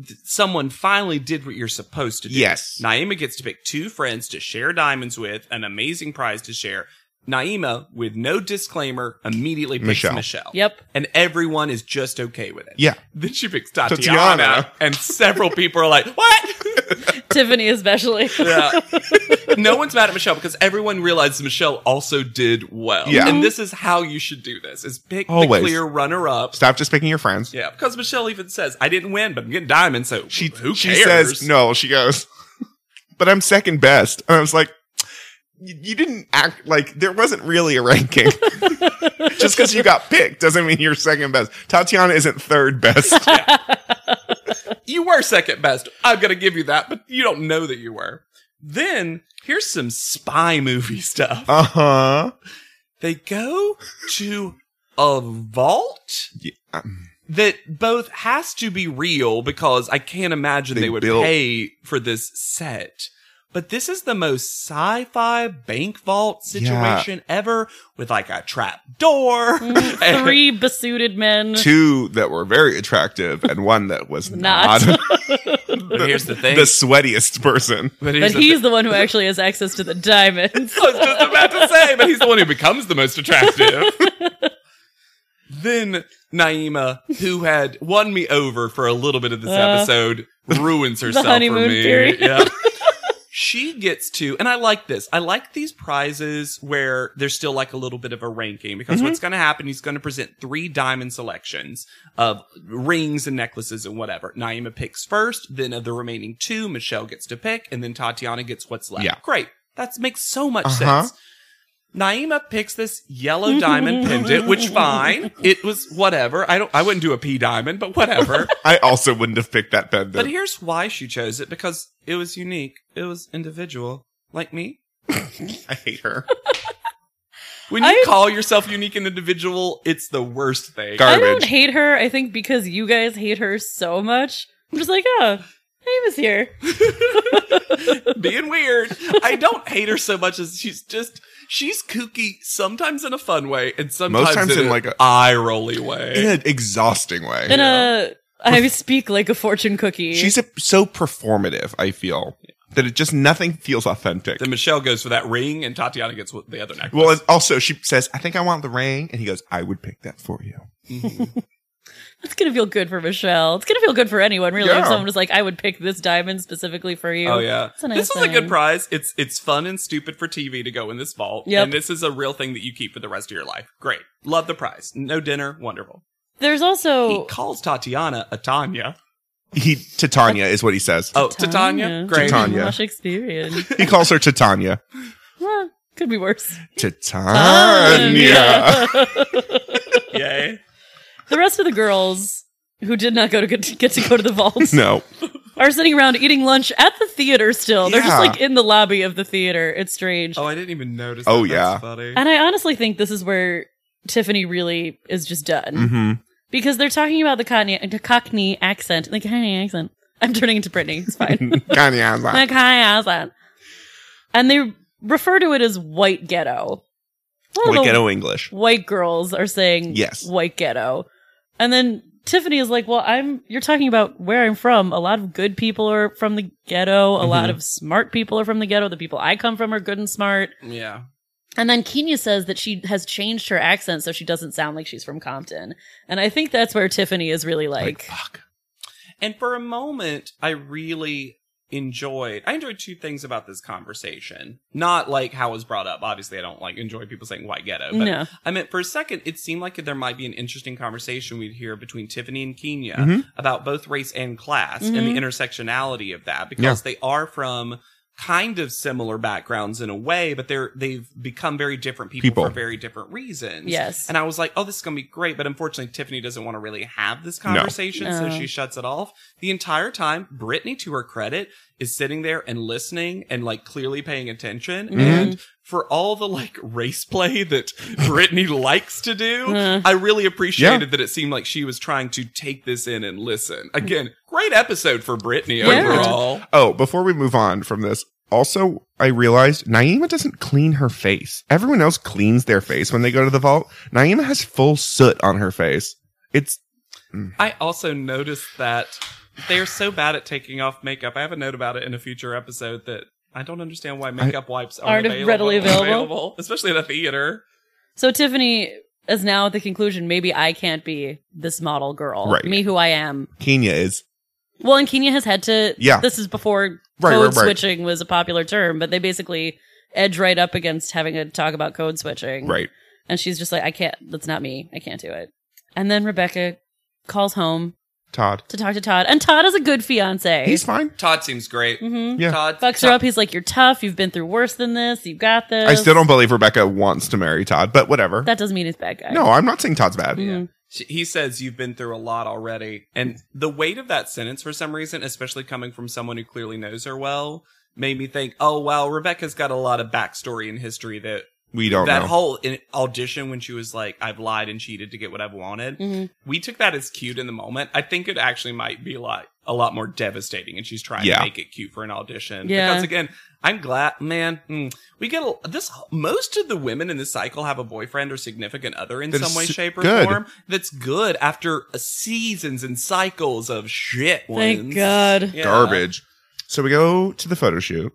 S3: th- Someone finally did what you're supposed to do.
S5: Yes.
S3: Naima gets to pick two friends to share diamonds with, an amazing prize to share. Naima, with no disclaimer, immediately picks
S5: Michelle.
S3: Michelle.
S6: Yep.
S3: And everyone is just okay with it.
S5: Yeah.
S3: Then she picks Tatiana,
S5: Tatiana.
S3: and several people are like, What?
S6: Tiffany, especially.
S3: Yeah. no one's mad at Michelle because everyone realizes Michelle also did well.
S5: Yeah.
S3: And this is how you should do this is pick
S5: Always.
S3: the clear runner up.
S5: Stop just picking your friends.
S3: Yeah, because Michelle even says, I didn't win, but I'm getting diamonds, so
S5: She
S3: who cares?
S5: she says no, she goes, But I'm second best. And I was like, "You- you didn't act like there wasn't really a ranking. Just because you got picked doesn't mean you're second best. Tatiana isn't third best.
S3: You were second best. I'm gonna give you that, but you don't know that you were. Then here's some spy movie stuff.
S5: Uh huh.
S3: They go to a vault that both has to be real because I can't imagine
S5: They
S3: they, would
S5: built-
S3: pay for this set. But this is the most sci-fi bank vault
S5: Yeah.
S3: situation ever with like a trap door. and-
S6: Mm, Three besuited men.
S5: Two that were very attractive and one that was not.
S6: Not.
S3: but here's the thing.
S5: The sweatiest person.
S3: but
S6: But
S3: here's
S6: he's
S3: the
S6: the one who actually has access to the diamonds.
S3: I was just about to say, but he's the one who becomes the most attractive. then Naima, who had won me over for a little bit of this episode, ruins herself
S6: honeymoon
S3: for me.
S6: period.
S3: Yeah. She gets to, and I like this. I like these prizes where there's still like a little bit of a ranking because
S5: Mm-hmm.
S3: what's going to happen, he's going to present three diamond selections of rings and necklaces and whatever. Naima picks first, then of the remaining two, Michelle gets to pick, and then Tatiana gets what's left.
S5: Yeah.
S3: Great. That makes so much
S5: Uh-huh.
S3: sense. Naima picks this yellow diamond pendant, which fine. It was whatever. I don't I wouldn't do a P diamond, but whatever.
S5: I also wouldn't have picked that pendant.
S3: but here's why she chose it, because it was unique. It was individual. Like me.
S5: I hate her.
S3: When you
S6: I-
S3: call yourself unique and individual, it's the worst thing.
S5: Gar-
S6: I don't
S5: Garbage.
S6: hate her. I think because you guys hate her so much, I'm just like, oh, Naima's here.
S3: Being weird. I don't hate her so much as she's just she's kooky, sometimes in a fun way, and sometimes
S5: times
S3: in,
S5: in, like,
S3: like an
S5: a-
S3: eye rolly way.
S5: In an exhausting way.
S6: And uh, I speak like a fortune cookie.
S5: She's a, so performative, I feel, that it just nothing feels authentic.
S3: Then Michelle goes for that ring, and Tatiana gets what- the other necklace.
S5: well, and also she says, I think I want the ring. And he goes, I would pick that for you.
S6: it's gonna feel good for Michelle. It's gonna feel good for anyone, really. If
S5: Yeah.
S6: someone was like, I would pick this diamond specifically for you.
S3: oh yeah,
S6: It's a nice
S3: this was a good
S6: thing.
S3: prize. It's it's fun and stupid for TV to go in this vault,
S6: Yep.
S3: and this is a real thing that you keep for the rest of your life. Great, love the prize. No dinner, wonderful.
S6: There's also
S3: He calls Tatiana a Tanya.
S5: He Titania is what he says.
S3: Oh, Titania, great.
S5: Titania.
S6: Much experience.
S5: He calls her Titania.
S6: Huh, Could be worse. Um,
S5: Titania.
S3: Yay.
S6: The rest of the girls who did not go to get to, get to go to the vaults
S5: no.
S6: are sitting around eating lunch at the theater. Still, they're
S5: Yeah.
S6: just like in the lobby of the theater. It's strange.
S3: Oh, I didn't even notice.
S5: Oh,
S3: that.
S5: yeah.
S3: That's funny.
S6: And I honestly think this is where Tiffany really is just done.
S5: hmm
S6: because they're talking about the Cockney, the Cockney accent, the Cockney accent. I'm turning into Britney. It's fine.
S5: Kanye has
S6: the
S5: that.
S6: Cockney accent, and they refer to it as white ghetto. One of
S5: Like
S6: the
S5: ghetto English.
S6: White girls are saying
S5: Yes.
S6: white ghetto, and then Tiffany is like, "Well, I'm. You're talking about where I'm from. A lot of good people are from the ghetto. A lot of smart people are from the ghetto. The people I come from are good and smart."
S3: Yeah.
S6: And then Kenya says that she has changed her accent so she doesn't sound like she's from Compton. And I think that's where Tiffany is really like,
S5: fuck.
S3: And for a moment, I really enjoyed I enjoyed two things about this conversation. Not like how it was brought up. Obviously I don't like enjoy people saying white ghetto, but
S6: no.
S3: I meant for a second it seemed like there might be an interesting conversation we'd hear between Tiffany and Kenya
S5: Mhm.
S3: about both race and class and the intersectionality of that because they are from kind of similar backgrounds in a way, but they're they've become very different people,
S5: People.
S3: for very different reasons.
S6: Yes.
S3: And I was like, oh, this is gonna be great, but unfortunately Tiffany doesn't want to really have this conversation, so
S6: No.
S3: she shuts it off. The entire time, Brittany, to her credit, is sitting there and listening and like clearly paying attention.
S6: Mm-hmm.
S3: And for all the like race play that Brittany likes to do,
S6: Uh-huh.
S3: I really appreciated
S5: Yeah.
S3: that it seemed like she was trying to take this in and listen. Again, great episode for Brittany
S6: Yeah.
S3: overall.
S5: Oh, before we move on from this, also I realized Naima doesn't clean her face. Everyone else cleans their face when they go to the vault. Naima has full soot on her face. It's
S3: I also noticed that they're so bad at taking off makeup. I have a note about it in a future episode that I don't understand why makeup wipes aren't,
S6: Aren't
S3: available,
S6: readily available?
S3: especially at a theater.
S6: So Tiffany is now at the conclusion maybe I can't be this model girl.
S5: Right.
S6: Me who I am.
S5: Kenya is
S6: Well, and Kenya has had to,
S5: Yeah.
S6: this is before
S5: Right,
S6: code
S5: right, right.
S6: switching was a popular term, but they basically edge right up against having to talk about code switching.
S5: right.
S6: And she's just like, I can't, that's not me. I can't do it. And then Rebecca calls home
S5: Todd.
S6: to talk to Todd. And Todd is a good fiance.
S5: He's fine.
S3: Todd seems great.
S6: Mhm.
S5: Yeah.
S3: Todd
S6: fucks her up. He's like, "You're tough. You've been through worse than this. You've got this."
S5: I still don't believe Rebecca wants to marry Todd, but whatever.
S6: That doesn't mean he's a bad guy.
S5: No, I'm not saying Todd's bad.
S6: Mhm.
S3: She- He says you've been through a lot already, and the weight of that sentence, for some reason, especially coming from someone who clearly knows her well, made me think, oh wow, Rebecca's got a lot of backstory and history that
S5: We don't
S3: that
S5: know.
S3: whole in- audition when she was like, "I've lied and cheated to get what I've wanted."
S6: Mhm.
S3: We took that as cute in the moment. I think it actually might be like a lot more devastating, and she's trying
S5: Yeah.
S3: to make it cute for an audition.
S6: Yeah.
S3: Because again, I'm glad, man. mm, we get a, this. Most of the women in this cycle have a boyfriend or significant other in
S5: That's
S3: some way,
S5: s-
S3: shape, or
S5: good.
S3: form. That's good after uh, seasons and cycles of shit.
S6: Thank
S3: ones.
S6: God.
S3: Yeah.
S5: Garbage. So we go to the photo shoot.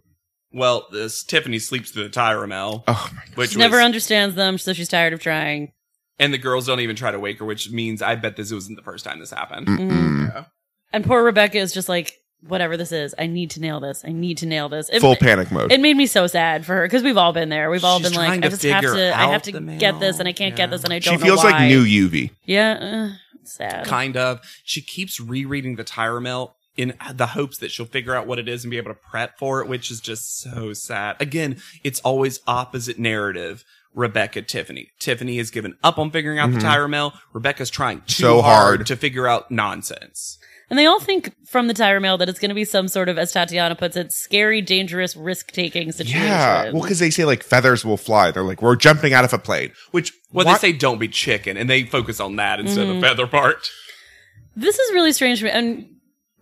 S3: Well, this Tiffany sleeps through the Tyramel,
S5: Oh my
S3: which
S6: She never
S3: was-
S6: understands them, so she's tired of trying.
S3: and the girls don't even try to wake her, which means I bet this wasn't the first time this happened.
S5: mm.
S6: And poor Rebecca is just like, "Whatever this is, I need to nail this. I need to nail this." It,
S5: full panic mode.
S6: It made me so sad for her because we've all been there. We've all
S3: She's
S6: been
S3: trying
S6: like,
S3: to
S6: "I just have
S3: figure
S6: to. I
S3: out
S6: have to
S3: the
S6: get this,
S3: mail.
S6: and I can't
S3: Yeah.
S6: get this, and I don't."
S5: she
S6: know
S5: feels
S6: why.
S5: like new UV.
S6: Yeah, uh, sad.
S3: Kind of. She keeps rereading the tire mail in the hopes that she'll figure out what it is and be able to prep for it, which is just so sad. Again, it's always opposite narrative. Rebecca, Tiffany. Tiffany has given up on figuring out the tire mail. Rebecca's trying too
S5: Mm-hmm. So
S3: hard
S5: hard.
S3: to figure out nonsense.
S6: And they all think from the tire mail that it's going to be some sort of, as Tatiana puts it, scary, dangerous, risk taking situation.
S5: Yeah. Well, because they say like feathers will fly. They're like, we're jumping out of a plane, which
S3: Well,
S5: what-
S3: they say don't be chicken, and they focus on that instead of the feather part.
S6: This is really strange for me, and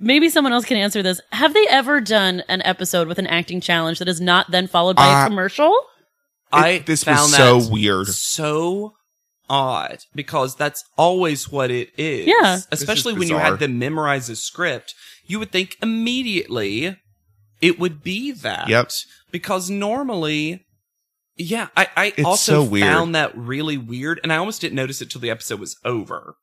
S6: maybe someone else can answer this. Have they ever done an episode with an acting challenge that is not then followed by
S5: Uh,
S6: a commercial?
S5: It-
S3: I
S5: this
S3: found
S5: was
S3: that
S5: so weird.
S3: so odd because that's always what it is.
S6: Yeah.
S5: is
S3: Especially when you
S5: bizarre.
S3: had them memorize a script, you would think immediately it would be that.
S5: Yep.
S3: Because normally yeah, I, I
S5: It's
S3: also
S5: so weird.
S3: found that really weird and I almost didn't notice it till the episode was over.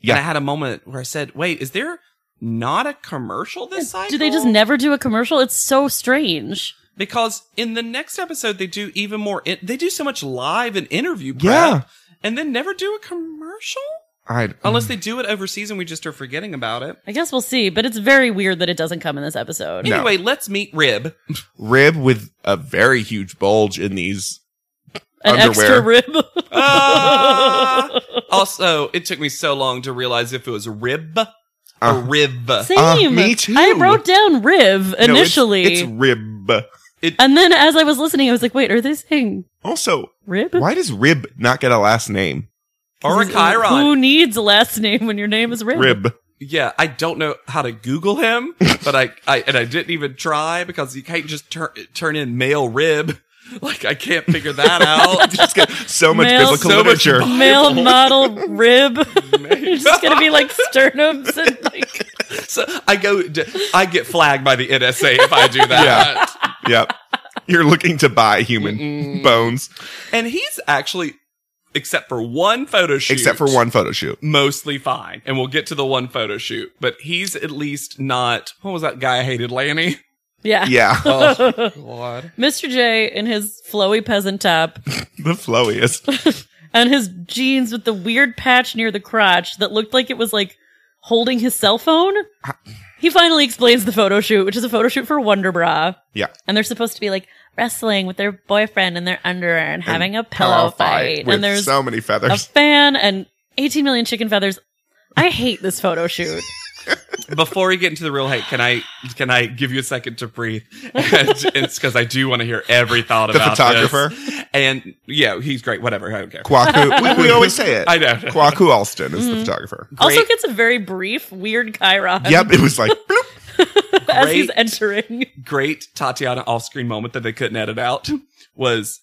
S5: Yeah.
S3: And I had a moment where I said, Wait, is there not a commercial this cycle?
S6: Do they just never do a commercial? It's so strange.
S3: because in the next episode they do even more in- they do so much live and interview prep
S5: Yeah.
S3: and then never do a commercial
S5: I,
S3: unless they do it overseas and we just are forgetting about it
S6: I guess we'll see, but it's very weird that it doesn't come in this episode.
S5: No.
S3: anyway let's meet rib
S5: rib with a very huge bulge in these.
S6: An extra
S5: Underwear. Uh,
S6: rib.
S3: Ah! also it took me so long to realize if it was rib or
S5: Uh,
S3: rib
S6: Same.
S5: me too.
S6: I wrote down rib
S5: No, it's-
S6: initially.
S5: it's, rib.
S6: and then as I was listening, I was like, wait, are they saying
S5: Also,
S6: rib?
S5: why does rib not get a last name?
S3: Or a Chiron.
S6: Who needs a last name when your name is Rib?
S5: Rib.
S3: Yeah, I don't know how to Google him, but I, I and I didn't even try because you can't just turn turn in male rib. Like I can't figure that out.
S5: Just get so much
S6: Male-
S5: biblical
S3: So much
S5: literature.
S3: Bible.
S6: Male model Rib. it's just gonna be like sternums and like.
S3: so I go, d- I get flagged by the NSA if I do that.
S5: yep. You're looking to buy human bones,
S3: And he's actually, except for one photo shoot,
S5: except for one photo shoot.
S3: mostly fine. And we'll get to the one photo shoot, but he's at least not. What was that guy I hated, Lanny?
S6: Yeah.
S5: Yeah,
S3: Oh God.
S6: Mr. J in his flowy peasant top
S5: the flowiest.
S6: and his jeans with the weird patch near the crotch that looked like it was like holding his cell phone. He finally explains the photo shoot, which is a photo shoot for Wonder Bra.
S5: Yeah.
S6: And they're supposed to be like wrestling with their boyfriend in their underwear and, having a
S5: Pillow
S6: pillow fight.
S5: with
S6: And there's
S5: so many
S6: a
S5: feathers.
S6: fan and 18 million chicken feathers. I hate this photo shoot.
S3: Before we get into the real hate, can I can I give you a second to breathe? And it's because I do want to hear every thought
S5: The
S3: about
S5: photographer?
S3: this. And yeah, he's great. Whatever. I don't care.
S5: Kwaku. We, we always say it.
S3: I know.
S5: Kwaku Alston is the photographer.
S6: Also
S3: Great.
S6: gets a very brief, weird Chiron
S5: Yep. It was like bloop.
S6: as he's
S3: Great.
S6: entering.
S3: great Tatiana off screen moment that they couldn't edit out was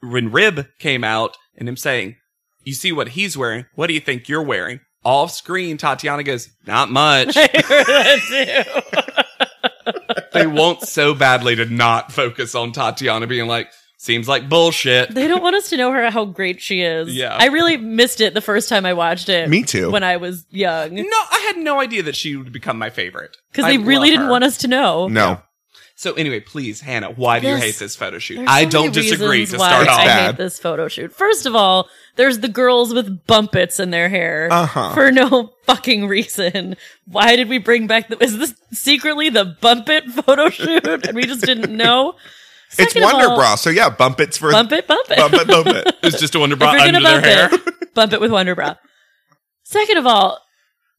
S3: when Rib came out and him saying, You see what he's wearing. What do you think you're wearing? Off screen, Tatiana goes, Not much. they want so badly to not focus on Tatiana being like, Seems like bullshit.
S6: They don't want us to know her how great she is.
S3: Yeah.
S6: I really missed it the first time I watched it.
S5: Me too.
S6: When I was young.
S3: No, I had no idea that she would become my favorite.
S6: Because they really didn't want us to know.
S5: No.
S3: So, anyway, please, Hannah, why do
S6: There's-
S3: you hate this photo shoot?
S6: There's so
S3: I
S6: many
S3: don't disagree to
S6: reasons why
S3: start
S6: I
S3: off.
S5: Bad.
S6: hate this photo shoot. First of all, there's the girls with bumpets in their hair
S5: Uh-huh.
S6: for no fucking reason. Why did we bring back the? Is this secretly the bumpet photo shoot, and we just didn't know?
S5: It's
S6: Second of
S5: Wonder
S6: all,
S5: Bra. So yeah, bump it's for
S6: Bump it, bump it.
S5: Bump it, bump it.
S3: It's just a Wonder
S6: If
S3: Bra
S6: you're
S3: under their
S6: gonna
S3: hair.
S6: bump it, bump it with Wonder Bra. Second of all,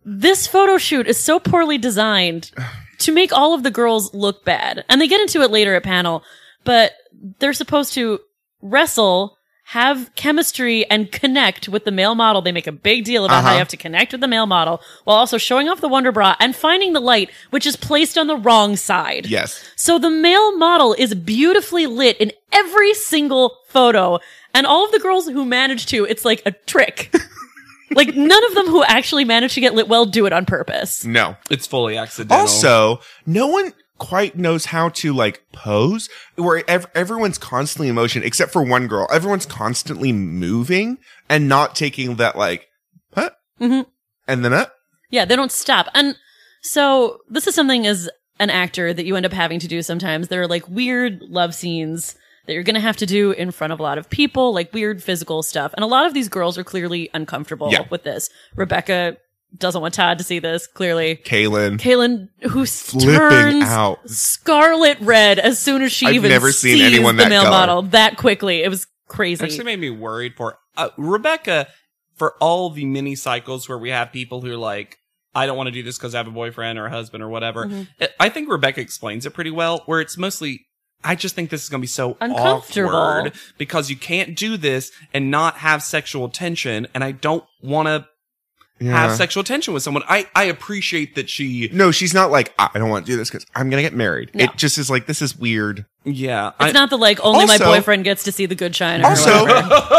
S6: this photo shoot is so poorly designed to make all of the girls look bad. And they get into it later at panel, but they're supposed to wrestle, have chemistry, and connect with the male model. They make a big deal about how
S5: Uh-huh.
S6: you have to connect with the male model while also showing off the Wonder Bra and finding the light, which is placed on the wrong side.
S5: Yes.
S6: So the male model is beautifully lit in every single photo. And all of the girls who manage to, it's like a trick. like none of them who actually manage to get lit well do it on purpose.
S5: No.
S3: It's fully accidental.
S5: Also, no one quite knows how to like pose where ev- everyone's constantly in motion except for one girl. Everyone's constantly moving and not taking that like, huh?
S6: Mhm.
S5: And then uh, up.
S6: Yeah, they don't stop. And so this is something as an actor that you end up having to do sometimes. There are like weird love scenes that you're going to have to do in front of a lot of people, like weird physical stuff. And a lot of these girls are clearly uncomfortable
S5: Yeah.
S6: with this. Rebecca doesn't want Todd to see this, clearly.
S5: Kaylin.
S6: Kaylin, who
S5: Flipping
S6: turns
S5: out.
S6: scarlet red as soon as she
S5: I've
S6: even
S5: never seen
S6: sees
S5: anyone
S6: the
S5: that
S6: male
S5: color.
S6: model that quickly. It was crazy.
S3: actually made me worried for uh, Rebecca for all the mini cycles where we have people who are like I don't want to do this because I have a boyfriend or a husband or whatever.
S6: Mm-hmm.
S3: I- I think Rebecca explains it pretty well, where it's mostly I just think this is going to be so
S6: Uncomfortable.
S3: awkward because you can't do this and not have sexual tension, and I don't want to
S5: Yeah.
S3: have sexual tension with someone. I I appreciate that she
S5: no, she's not like, I I don't want to do this because I'm going to get married.
S6: No.
S5: It just is like, this is weird.
S3: yeah.
S6: it's
S3: I,
S6: not the like only my
S5: Also-
S6: boyfriend gets to see the good shine. or
S5: Also,
S6: whatever.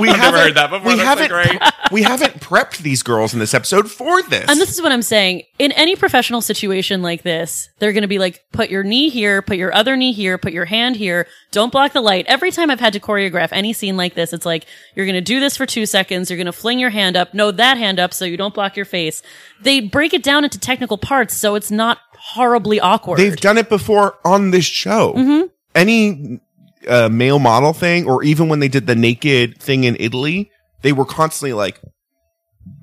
S5: we
S3: I've
S5: haven't,
S3: never heard that before.
S5: We
S3: That's so
S5: haven't,
S3: great.
S5: we haven't prepped these girls in this episode for this.
S6: And this is what I'm saying. In any professional situation like this, they're going to be like, put your knee here, put your other knee here, put your hand here. Don't block the light. Every time I've had to choreograph any scene like this, it's like, you're going to do this for two seconds. You're going to fling your hand up. No, that hand up so you don't block your face. They break it down into technical parts so it's not horribly awkward.
S5: They've done it before on this show.
S6: Mm-hmm.
S5: Any uh, male model thing, or even when they did the naked thing in Italy, they were constantly like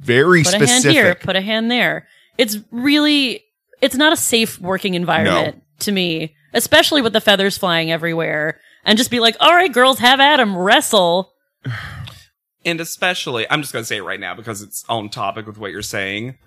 S5: very
S6: put
S5: specific.
S6: a hand here, put a hand there. It's really, it's not a safe working environment to me, especially with the feathers flying everywhere. And just be like, all right, girls, have at 'em, wrestle.
S3: and especially I'm just going to say it right now because it's on topic with what you're saying.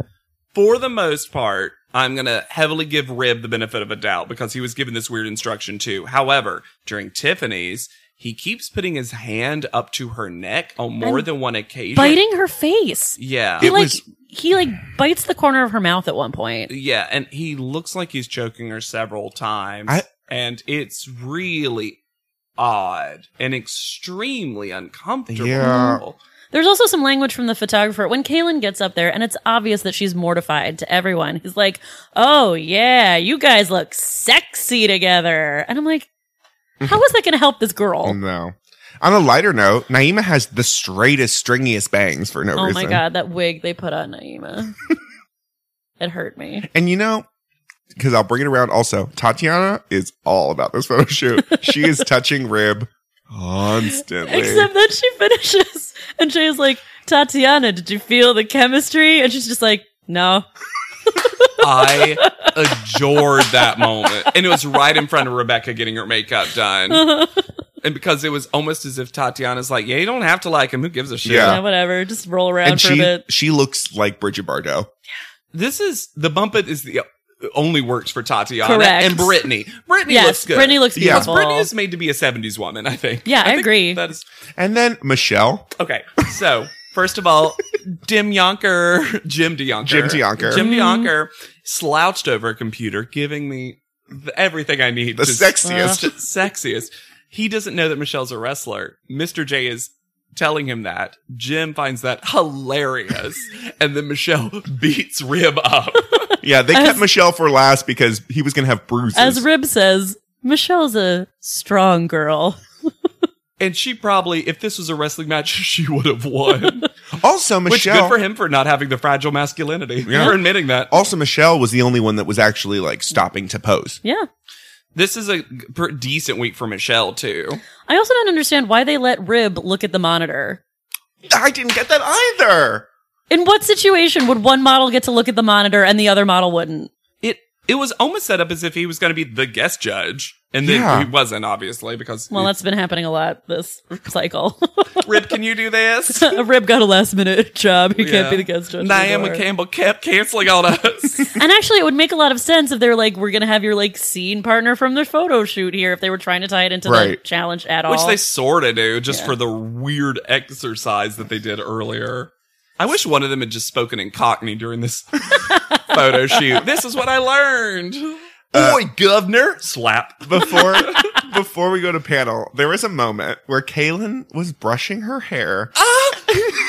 S3: For the most part, I'm going to heavily give Rib the benefit of a doubt because he was given this weird instruction too. However, during Tiffany's, He keeps putting his hand up to her neck on more
S6: And
S3: than one occasion.
S6: biting her face.
S3: Yeah.
S6: He
S5: It
S6: like
S5: was-
S6: he like bites the corner of her mouth at one point.
S3: yeah. And he looks like he's choking her several times.
S5: I-
S3: and it's really odd and extremely uncomfortable.
S5: Yeah.
S6: There's also some language from the photographer when Kaylin gets up there, and it's obvious that she's mortified to everyone. He's like, "Oh yeah, you guys look sexy together," and I'm like, "How is that going to help this girl?"
S5: No. On a lighter note, Naima has the straightest, stringiest bangs for no
S6: oh
S5: reason.
S6: my god, that wig they put on Naima, it hurt me.
S5: And you know, because I'll bring it around also, Tatiana is all about this photo shoot. she is touching rib constantly.
S6: Except that she finishes, and Jay's like, "Tatiana, did you feel the chemistry?" And she's just like, "No."
S3: I adored that moment. And it was right in front of Rebecca getting her makeup done. and because it was almost as if Tatiana's like, yeah, you don't have to like him. Who gives a shit?
S5: Yeah.
S6: Yeah, whatever. Just roll around
S5: and
S6: for a
S5: she
S6: bit.
S5: she looks like Bridget Bardot.
S3: This is the bump it is the only works for Tatiana
S6: Correct.
S3: and Brittany. Brittany
S6: yes,
S3: looks good.
S6: Brittany looks
S5: Yeah.
S6: beautiful.
S3: because Brittany is made to be a 70s woman, I think.
S6: Yeah, I
S3: think
S6: agree.
S3: That is
S5: And then Michelle.
S3: okay. So first of all, Dim Yonker, Jim DeYonker,
S5: Jim DeYonker.
S3: Jim
S6: Mhm.
S3: DeYonker slouched over a computer, giving me th- everything I need.
S5: The
S3: to-
S5: sexiest.
S3: just sexiest. He doesn't know that Michelle's a wrestler. Mr. J is telling him that. Jim finds that hilarious. and then Michelle beats Rib up.
S5: Yeah, they
S6: As-
S5: kept Michelle for last because he was gonna have bruises.
S6: As Rib says, Michelle's a strong girl.
S3: And she probably, if this was a wrestling match, she would have won.
S5: also
S3: Which
S5: Michelle
S3: good for him for not having the fragile masculinity.
S5: Yeah.
S3: For admitting that.
S5: also Michelle was the only one that was actually like stopping to pose.
S6: Yeah.
S3: This is a g- pr- decent week for Michelle too.
S6: I also don't understand why they let Rib look at the monitor.
S5: I didn't get that either.
S6: In what situation would one model get to look at the monitor and the other model wouldn't?
S3: It it was almost set up as if he was going to be the guest judge, and then
S5: Yeah.
S3: he wasn't obviously because
S6: Well, that's been happening a lot this cycle.
S3: Rib, can you do this?
S6: Rib got a last minute job. He can't
S3: Yeah.
S6: be the guest judge.
S3: Naomi
S6: anymore.
S3: Campbell kept canceling on us.
S6: And actually, it would make a lot of sense if they're like, we're going to have your like scene partner from the photo shoot here if they were trying to tie it into the
S5: Right.
S6: challenge at all.
S3: Which they sort of do just for the weird exercise that they did earlier. I wish one of them had just spoken in Cockney during this photo shoot. This is what I learned. Boy, governor, slap.
S5: Before before we go to panel, there was a moment where Kaylin was brushing her hair.
S3: Ah!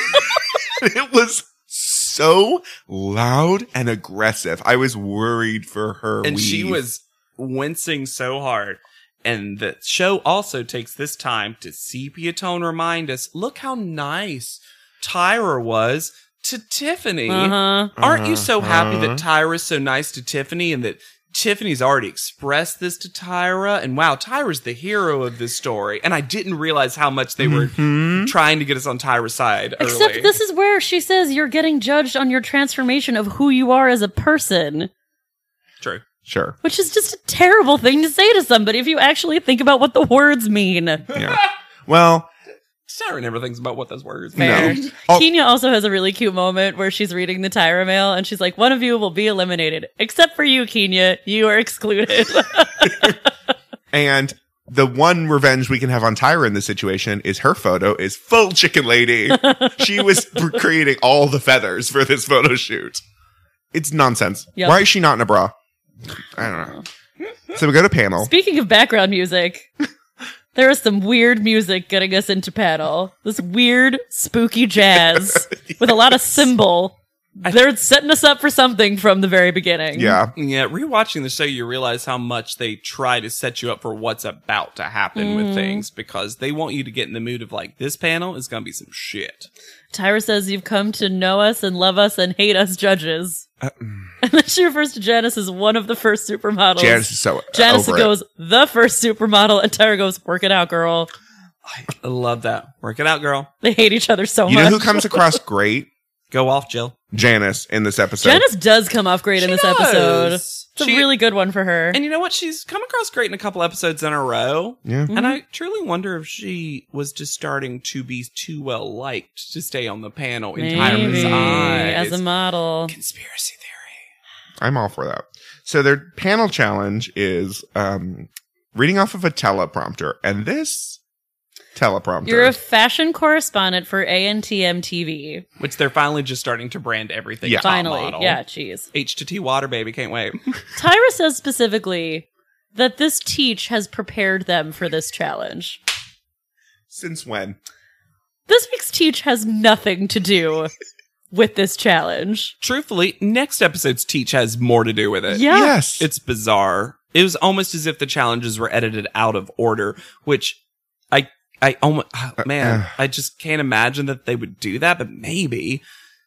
S5: it was so loud and aggressive. I was worried for her.
S3: And she
S5: weave.
S3: was wincing so hard. And the show also takes this time to sepia tone remind us look how nice Tyra was to Tiffany.
S6: Uh-huh.
S3: Aren't you so happy that
S5: Uh-huh.
S3: Tyra's so nice to Tiffany and that Tiffany's already expressed this to Tyra? And wow, Tyra's the hero of this story. And I didn't realize how much they
S5: Mm-hmm.
S3: were trying to get us on Tyra's side early.
S6: Except this is where she says you're getting judged on your transformation of who you are as a person,
S3: True.
S5: sure.
S6: which is just a terrible thing to say to somebody if you actually think about what the words mean.
S5: Yeah. Well,
S3: Tyra never thinks about what those words
S6: Fair.
S3: mean.
S5: Oh.
S6: Kenya also has a really cute moment where she's reading the Tyra mail and she's like, one of you will be eliminated. Except for you, Kenya. You are excluded.
S5: and the one revenge we can have on Tyra in this situation is her photo is full chicken lady. she was pr- creating all the feathers for this photo shoot. It's nonsense.
S6: Yep.
S5: Why is she not in a bra? I don't know. So we go to panel.
S6: Speaking of background music, there is some weird music getting us into panel. This weird, spooky jazz with a lot of cymbal. They're setting us up for something from the very beginning.
S5: yeah.
S3: Yeah, rewatching the show, you realize how much they try to set you up for what's about to happen
S6: Mm-hmm.
S3: with things because they want you to get in the mood of like, this panel is going to be some shit.
S6: Tyra says, You've come to know us and love us and hate us, judges.
S5: Uh,
S6: and then she refers to Janice as one of the first supermodels.
S5: Janice is so
S6: Janice
S5: over it.
S6: goes, the first supermodel, and Tyra goes, work it out, girl.
S3: I love that. Work it out, girl.
S6: They hate each other so
S5: You
S6: much.
S5: know who comes across great?
S3: Go off, Jill.
S5: Janice in this episode.
S6: Janice does come off great in
S3: She
S6: this
S3: does.
S6: episode. It's a
S3: She-
S6: really good one for her.
S3: And you know what? She's come across great in a couple episodes in a row.
S5: Yeah.
S3: And I
S6: Mm-hmm.
S3: truly wonder if she was just starting to be too well liked to stay on the panel in Tyra's
S6: Maybe,
S3: eyes.
S6: as a model.
S3: Conspiracy theory.
S5: I'm all for that. So their panel challenge is um, reading off of a teleprompter, and this teleprompter.
S6: You're a fashion correspondent for ANTM TV.
S3: which they're finally just starting to brand everything.
S5: Yeah.
S3: top
S6: Finally.
S3: model.
S6: Yeah, jeez.
S3: H to T water, baby. Can't wait.
S6: Tyra says specifically that this teach has prepared them for this challenge.
S5: Since when?
S6: This week's teach has nothing to do with this challenge.
S3: Truthfully, next episode's teach has more to do with it.
S6: Yeah.
S5: Yes.
S3: It's bizarre. It was almost as if the challenges were edited out of order, which I, I almost, man,
S5: uh.
S3: I just can't imagine that they would do that, but maybe.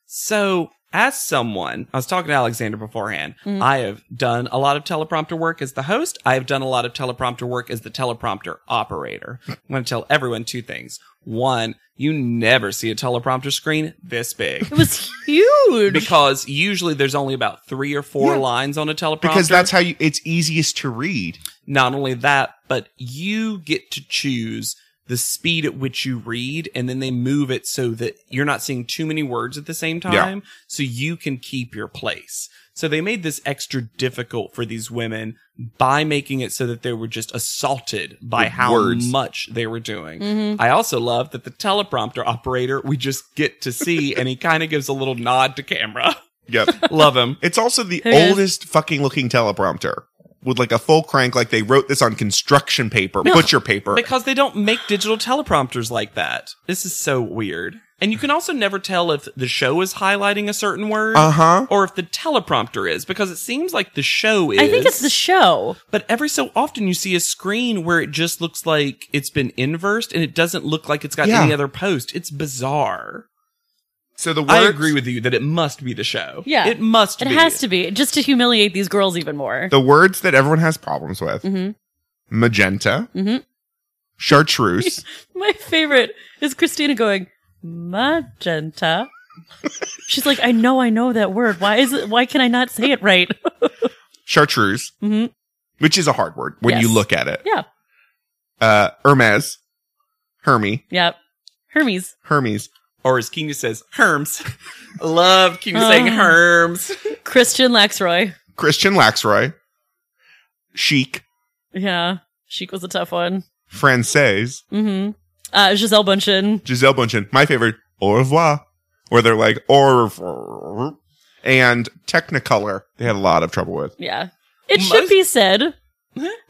S3: So, as someone, I was talking to Alexander beforehand. I have done a lot of teleprompter work as the host. I have done a lot of teleprompter work as the teleprompter operator. I'm going to tell everyone two things. One, you never see a teleprompter screen this big.
S6: It was huge.
S3: Because usually there's only about three or four
S5: Yeah.
S3: lines on a teleprompter.
S5: because that's how you, it's easiest to read.
S3: not only that, but you get to choose the speed at which you read, and then they move it so that you're not seeing too many words at the same
S5: Yeah.
S3: time, so you can keep your place. So they made this extra difficult for these women by making it so that they were just assaulted by
S5: With
S3: how
S5: words. Mm-hmm.
S3: much they were doing. I also love that the teleprompter operator we just get to see, and he kind of gives a little nod to camera.
S5: Yep.
S3: love him.
S5: It's also the
S6: It is.
S5: oldest fucking looking teleprompter with like a full crank, like they wrote this on construction paper, butcher paper.
S3: Because they don't make digital teleprompters like that. This is so weird. And you can also never tell if the show is highlighting a certain word
S5: Uh-huh.
S3: or if the teleprompter is, because it seems like the show is.
S6: I think it's the show.
S3: But every so often you see a screen where it just looks like it's been inversed and it doesn't look like it's got
S5: Yeah.
S3: any other post. It's bizarre.
S5: so the
S3: I
S5: words-
S3: agree with you that it must be the show.
S6: Yeah.
S3: It must
S6: It
S3: be.
S6: has to be just to humiliate these girls even more. Mm-hmm.
S5: the words that everyone has problems with: magenta,
S6: Mhm.
S5: chartreuse.
S6: My favorite is Christina going magenta. She's like, I know, I know that word. Why is it? Why can I not say it right?
S5: chartreuse,
S6: Mhm.
S5: which is a hard word when you
S6: Yes.
S5: look at it.
S6: Yeah.
S5: Uh, Hermes, Hermie,
S6: Yep. Hermes.
S5: Hermes,
S3: Or as Kenya says, Herms. Love Kenya
S6: Oh.
S3: saying Herms.
S6: Christian Laxroy.
S5: Christian Laxroy, Chic,
S6: Yeah. Sheik was a tough one.
S5: Francaise,
S6: Mm-hmm. Uh, Giselle Bundchen.
S5: Giselle Bundchen, my favorite, Au revoir, where they're like, Au revoir. And Technicolor, they had a lot of trouble with.
S6: Yeah. It should be said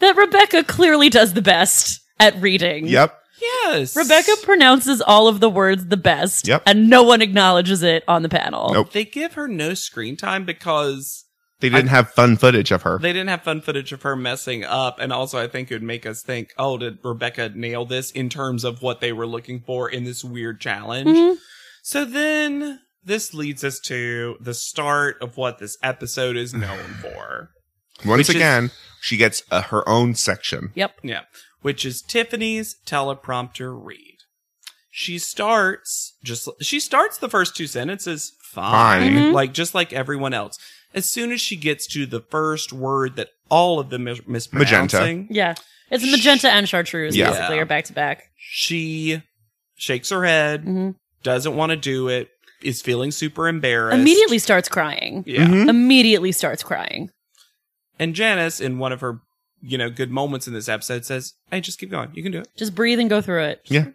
S6: that Rebecca clearly does the best at reading.
S5: Yep.
S3: Yes.
S6: Rebecca pronounces all of the words the best,
S5: Yep.
S6: and no one acknowledges it on the panel.
S5: Nope.
S3: they give her no screen time because
S5: They didn't have fun footage of her.
S3: they didn't have fun footage of her messing up. And also, I think it would make us think, oh, did Rebecca nail this in terms of what they were looking for in this weird challenge? So then this leads us to the start of what this episode is known for.
S5: Once
S3: Which is-
S5: again, she gets uh, her own section.
S6: Yep.
S3: Yeah. Which is Tiffany's teleprompter read. She starts just she starts the first two sentences fine,
S5: Fine.
S3: like just like everyone else. As soon as she gets to the first word that all of them mis- mispronouncing,
S6: Yeah. It's magenta and chartreuse,
S5: Yeah.
S6: basically, are back to back.
S3: she shakes her head,
S6: Mhm.
S3: doesn't want to do it, is feeling super embarrassed.
S6: Immediately starts crying.
S3: Yeah.
S5: Mhm.
S6: Immediately starts crying.
S3: And Janice, in one of her, you know, good moments in this episode, says, Hey, just keep going. You can do it.
S6: Just breathe and go through it.
S5: Yeah.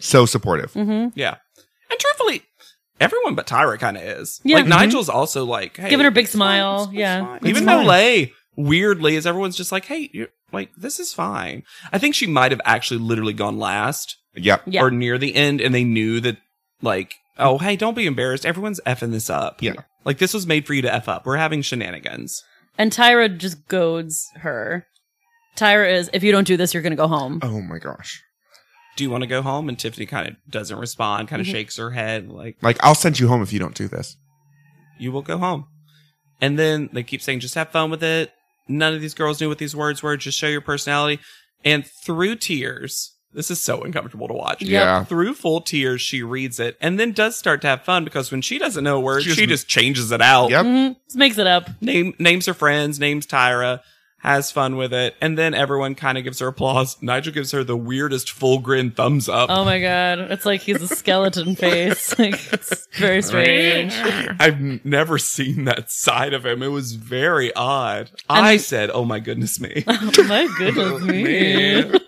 S5: So supportive.
S6: hmm
S3: Yeah. And truthfully, everyone but Tyra kind of is.
S6: Yeah.
S3: Like
S6: Mhm.
S3: Nigel's also like hey,
S6: Giving her big
S3: it's
S6: smile.
S3: it's- it's
S6: Yeah.
S3: fine.
S5: It's
S3: Even
S5: fine.
S3: Malay, weirdly, is everyone's just like, hey, you're like this is fine. I think she might have actually literally gone last
S5: Yep.
S6: Yeah.
S3: or near the end, and they knew that like, oh hey, don't be embarrassed. Everyone's effing this up.
S5: Yeah.
S3: Like this was made for you to f up. We're having shenanigans.
S6: And Tyra just goads her. Tyra is, if you don't do this, you're going to go home.
S5: Oh my gosh.
S3: Do you want to go home? And Tiffany kind of doesn't respond.
S6: Mm-hmm.
S3: Kind of shakes her head, like
S5: Like, I'll send you home if you don't do this.
S3: you will go home. And then they keep saying, just have fun with it. None of these girls knew what these words were. Just show your personality. And through tears, this is so uncomfortable to watch.
S6: Yep.
S5: Yeah.
S3: Through full tears, she reads it and then does start to have fun because when she doesn't know a word, she just, changes it out.
S5: Yep.
S6: Mhm. Just makes it up.
S3: Name names her friends, names Tyra, has fun with it, and then everyone kind of gives her applause. Nigel gives her the weirdest full grin thumbs up.
S6: Oh my God. It's like he's a skeleton face. Like, it's very strange.
S3: I've n- never seen that side of him. It was very odd. I said, "Oh my goodness me."
S6: Oh my goodness me.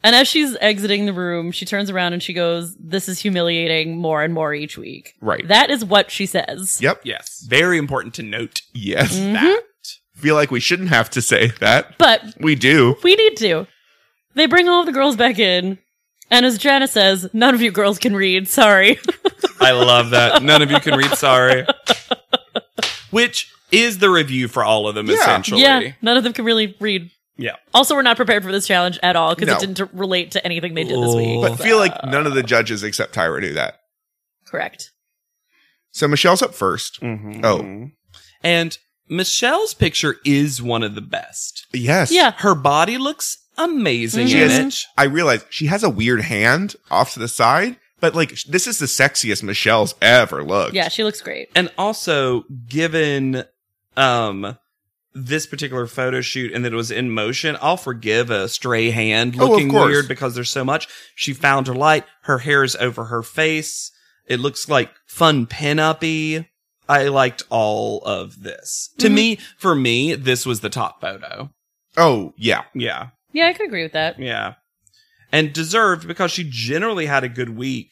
S6: And as she's exiting the room, she turns around and she goes, This is humiliating more and more each week.
S5: Right.
S6: That is what she says.
S5: Yep.
S3: Yes. Very important to note
S5: Yes.
S3: that.
S5: Feel like we shouldn't have to say that.
S6: But
S5: We do.
S6: we need to. They bring all the girls back in. And as Jana says, none of you girls can read. Sorry.
S3: I love that. None of you can read sorry. Which is the review for all of them,
S5: Yeah.
S3: essentially.
S6: yeah. None of them can really read.
S3: Yeah.
S6: Also, we're not prepared for this challenge at all because
S5: No.
S6: it didn't t- relate to anything they did this week.
S5: But feel like none of the judges except Tyra knew that.
S6: Correct.
S5: So Michelle's up 1st Oh.
S3: Mm-hmm. And Michelle's picture is one of the best.
S5: Yes.
S6: Yeah. Mm-hmm.
S3: Her body looks amazing
S5: She
S3: in
S5: has, I realize she has a weird hand off to the side, but like sh- this is the sexiest Michelle's ever looked.
S6: Yeah, she looks great.
S3: it. And also, given um this particular photo shoot and that it was in motion, I'll forgive a stray hand
S5: Oh, of
S3: looking
S5: course.
S3: weird because there's so much. She found her light. Her hair is over her face. It looks like fun pin-uppy. I liked all of this. To me, for me, this was the top photo.
S5: Oh, yeah.
S3: Yeah.
S6: Yeah, I could agree with that.
S3: Yeah. And deserved because she generally had a good week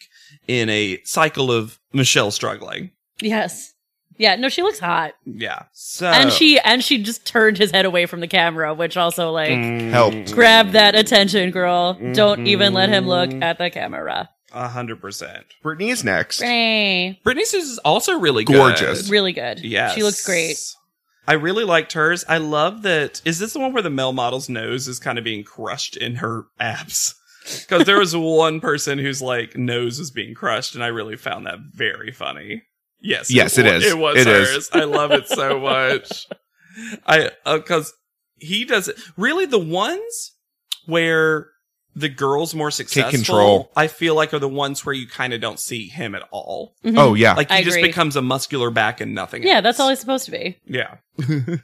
S3: in a cycle of Michelle struggling.
S6: Yes. Yeah, no, she looks hot.
S3: Yeah.
S5: Oh.
S3: So
S6: And she and she just turned his head away from the camera, which also like
S3: Mm.
S5: Helped.
S6: grab that attention, girl. Don't even let him look
S5: Mm.
S6: at the camera.
S3: a hundred percent.
S5: Brittany is next.
S6: Brittany.
S3: Britney Spears is also really good.
S5: Gorgeous.
S6: Really good.
S3: Yes.
S6: She looks great.
S3: I really liked hers. I love that. Is this the one where the male model's nose is kind of being crushed in her abs? Because there was one person whose like nose was being crushed, and I really found that very funny. Yes,
S5: Yes, it
S3: wa-
S5: is.
S3: It was
S5: It is.
S3: hers. I love it so much. I because he does it. Really, the ones where the girls more successful,
S5: control.
S3: I feel like are the ones where you kind of don't see him at all.
S5: Oh,
S6: Mm-hmm.
S5: yeah.
S3: Like he
S6: I
S3: just
S6: agree.
S3: becomes a muscular back and nothing.
S6: Yeah, that's
S3: else.
S6: all he's supposed to be.
S3: Yeah.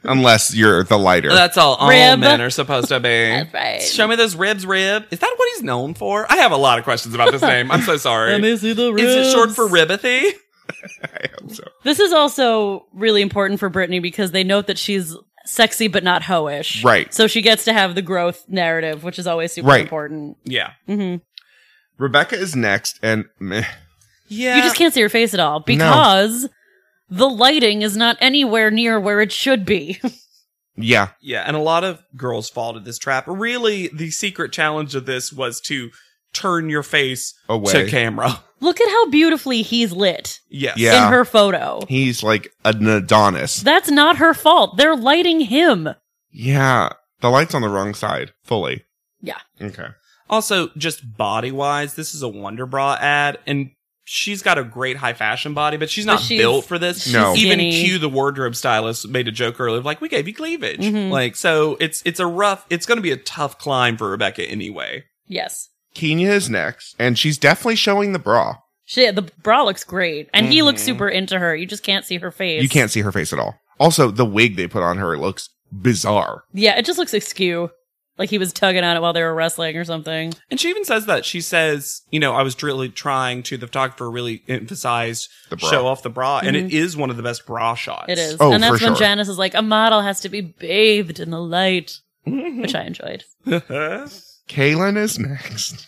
S5: Unless you're the lighter.
S3: Oh, That's all all
S6: Rib.
S3: men are supposed to be. That's
S6: right.
S3: Show me those ribs, rib. Is that what he's known for? I have a lot of questions about this name. I'm so sorry.
S6: see the
S3: Is it short for ribothy?
S5: I hope so.
S6: This is also really important for Brittany because they note that she's sexy but not hoish.
S5: Right.
S6: So she gets to have the growth narrative, which is always super
S5: Right.
S6: important. Mm-hmm.
S3: Yeah.
S5: Rebecca is next, and meh.
S3: Yeah.
S6: You just can't see her face at all because the lighting is not anywhere near where it should be.
S5: yeah,
S3: Yeah, and a lot of girls fall to this trap. Really, the secret challenge of this was to turn your face
S5: Away.
S3: to camera.
S6: Look at how beautifully he's lit
S3: Yes.
S5: Yeah.
S6: in her photo.
S5: he's like an Adonis.
S6: That's not her fault. They're lighting him.
S5: Yeah, the light's on the wrong side fully.
S6: Yeah.
S5: Okay.
S3: Also, just body wise, this is a Wonder Bra ad, and she's got a great high fashion body, but she's
S6: But
S3: not
S6: she's-
S3: built for this.
S6: she's
S5: No.
S3: Even
S6: skinny.
S3: Q, the wardrobe stylist, made a joke earlier of like, "We gave you cleavage."
S6: Mm-hmm.
S3: Like, so it's it's a rough. It's going to be a tough climb for Rebecca anyway.
S6: Yes.
S5: Kenya is next, and she's definitely showing the bra.
S6: She, the bra looks great. And he looks super into her. You just can't see her face.
S5: You can't see her face at all. Also, the wig they put on her looks bizarre.
S6: Yeah, it just looks askew. Like he was tugging on it while they were wrestling or something.
S3: And she even says that she says, you know, I was really trying to. The photographer really emphasized
S5: The bra.
S3: show off the bra, and it is one of the best bra shots.
S6: Mm-hmm. It is.
S5: Oh,
S6: and that's
S5: for
S6: when
S5: sure.
S6: Janice is like, a model has to be bathed in the light, which I enjoyed.
S5: Kaylin is next,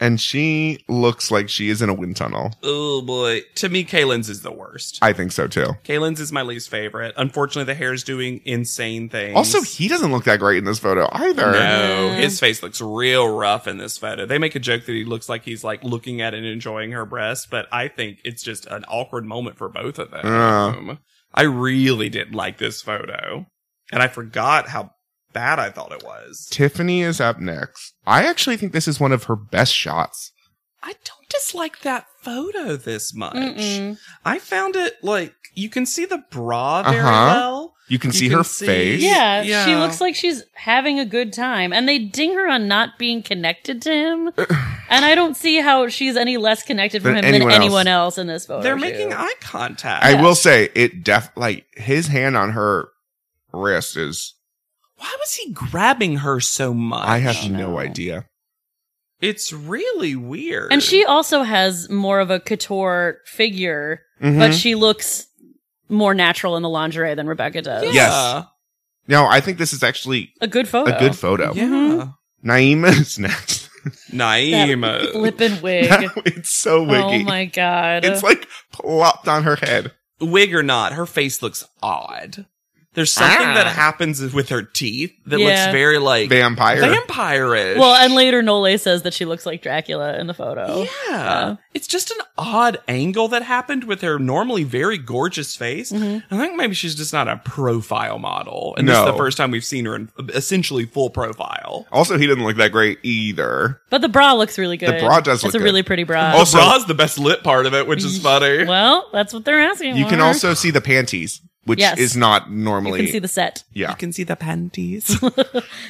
S5: and she looks like she is in a wind tunnel.
S3: oh boy, to me, Kaylin's is the worst.
S5: I think so too.
S3: Kaylin's is my least favorite. Unfortunately, the hair is doing insane things.
S5: Also, he doesn't look that great in this photo either.
S3: no, his face looks real rough in this photo. They make a joke that he looks like he's like looking at and enjoying her breast, but I think it's just an awkward moment for both of them.
S5: Yeah.
S3: I really didn't like this photo, and I forgot how bad I thought it was.
S5: Tiffany is up next. I actually think this is one of her best shots.
S3: I don't dislike that photo this much. I found it like you can see the bra very
S5: Uh-huh.
S3: well.
S5: You can
S3: You
S5: see
S3: can
S5: her
S3: see-
S5: face.
S6: Yeah, she
S3: Yeah.
S6: looks like she's having a good time, and they ding her on not being connected to him. and I don't see how she's any less connected from
S5: Than
S6: him
S5: anyone
S6: than
S5: else.
S6: anyone else in this photo.
S3: They're
S6: shoot.
S3: making eye contact.
S5: I will say it def like his hand on her wrist is
S3: Why was he grabbing her so much?
S5: I have no idea.
S3: It's really weird.
S6: and she also has more of a couture figure,
S5: Mm-hmm.
S6: but she looks more natural in the lingerie than Rebecca does.
S5: Yes. No, I think this is actually
S6: A good photo.
S5: a good photo.
S3: Yeah.
S5: Naima is next.
S6: Mm-hmm. That
S3: Naima.
S6: flippin' wig.
S5: it's so
S6: oh
S5: wiggy.
S6: my god.
S5: it's like plopped on her head.
S3: Wig or not, her face looks odd. There's something
S5: Ah.
S3: that happens with her teeth that
S6: Yeah.
S3: looks very like
S5: Vampire.
S3: vampire-ish.
S6: well, and later Nole says that she looks like Dracula in the photo.
S3: Yeah. It's just an odd angle that happened with her normally very gorgeous face.
S6: Mm-hmm.
S3: I think maybe she's just not a profile model. And this is
S5: No.
S3: the first time we've seen her in essentially full profile.
S5: also, he doesn't look that great either.
S6: But the bra looks really good.
S5: bra does
S6: It's
S5: look
S6: a
S5: good.
S6: really pretty bra.
S5: Also-
S3: the bra's the best lit part of it, which is funny.
S6: well, that's what they're asking.
S5: You can
S6: for.
S5: also see the panties, which
S6: Yes.
S5: is not
S6: you
S5: normally.
S6: can see the set.
S5: yeah.
S3: You can see the panties.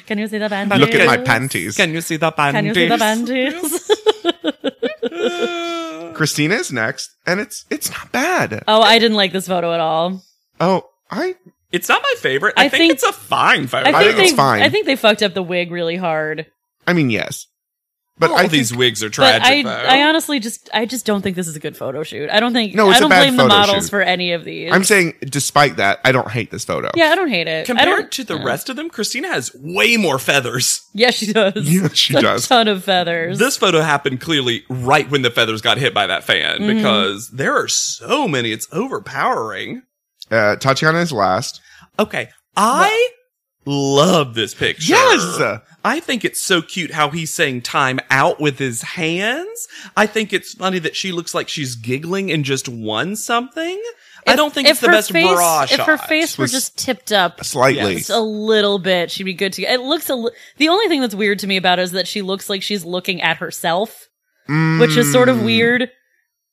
S6: Can you see the band?
S5: Look at my panties.
S3: Can you see the panties?
S6: Can you see the bandages?
S5: Christina is next, and it's it's not bad.
S6: oh, I didn't like this photo at all.
S5: Oh, I
S3: It's not my favorite. I,
S6: I
S3: think,
S6: think-
S3: it's a fine photo.
S6: I think,
S5: think
S6: they,
S5: it's fine.
S6: I think they fucked up the wig really hard.
S5: I mean yes, but
S3: but
S5: I
S3: all these
S5: think-
S3: wigs are tragic.
S6: but
S3: though.
S6: I, I honestly just, I just don't think this is a good photo shoot. I don't think.
S5: No, it's
S6: I
S5: a
S6: don't
S5: bad
S6: blame the
S5: photo
S6: models
S5: shoot.
S6: for any of these.
S5: I'm saying despite that, I don't hate this photo.
S6: yeah, I don't hate it. I
S3: Compared
S6: don't,
S3: to the rest of them, Christina has way more feathers.
S6: yeah, she does.
S5: Yeah, she
S6: a
S5: does.
S6: Ton of feathers.
S3: This photo happened clearly right when the feathers got hit by that fan
S6: Mm-hmm.
S3: because there are so many. It's overpowering.
S5: Uh, Tatiana is last.
S3: Okay. I love this picture.
S5: Yes!
S3: I think it's so cute how he's saying time out with his hands. I think it's funny that she looks like she's giggling and just won something. I
S6: If-
S3: don't think
S6: if
S3: it's the
S6: her
S3: best
S6: face,
S3: bra shot.
S6: If her face were
S5: was-
S6: just tipped up
S5: Slightly.
S6: just a little bit, she'd be good to. It looks a. Li- the only thing that's weird to me about it is that she looks like she's looking at herself, which is sort of
S5: Mm.
S6: weird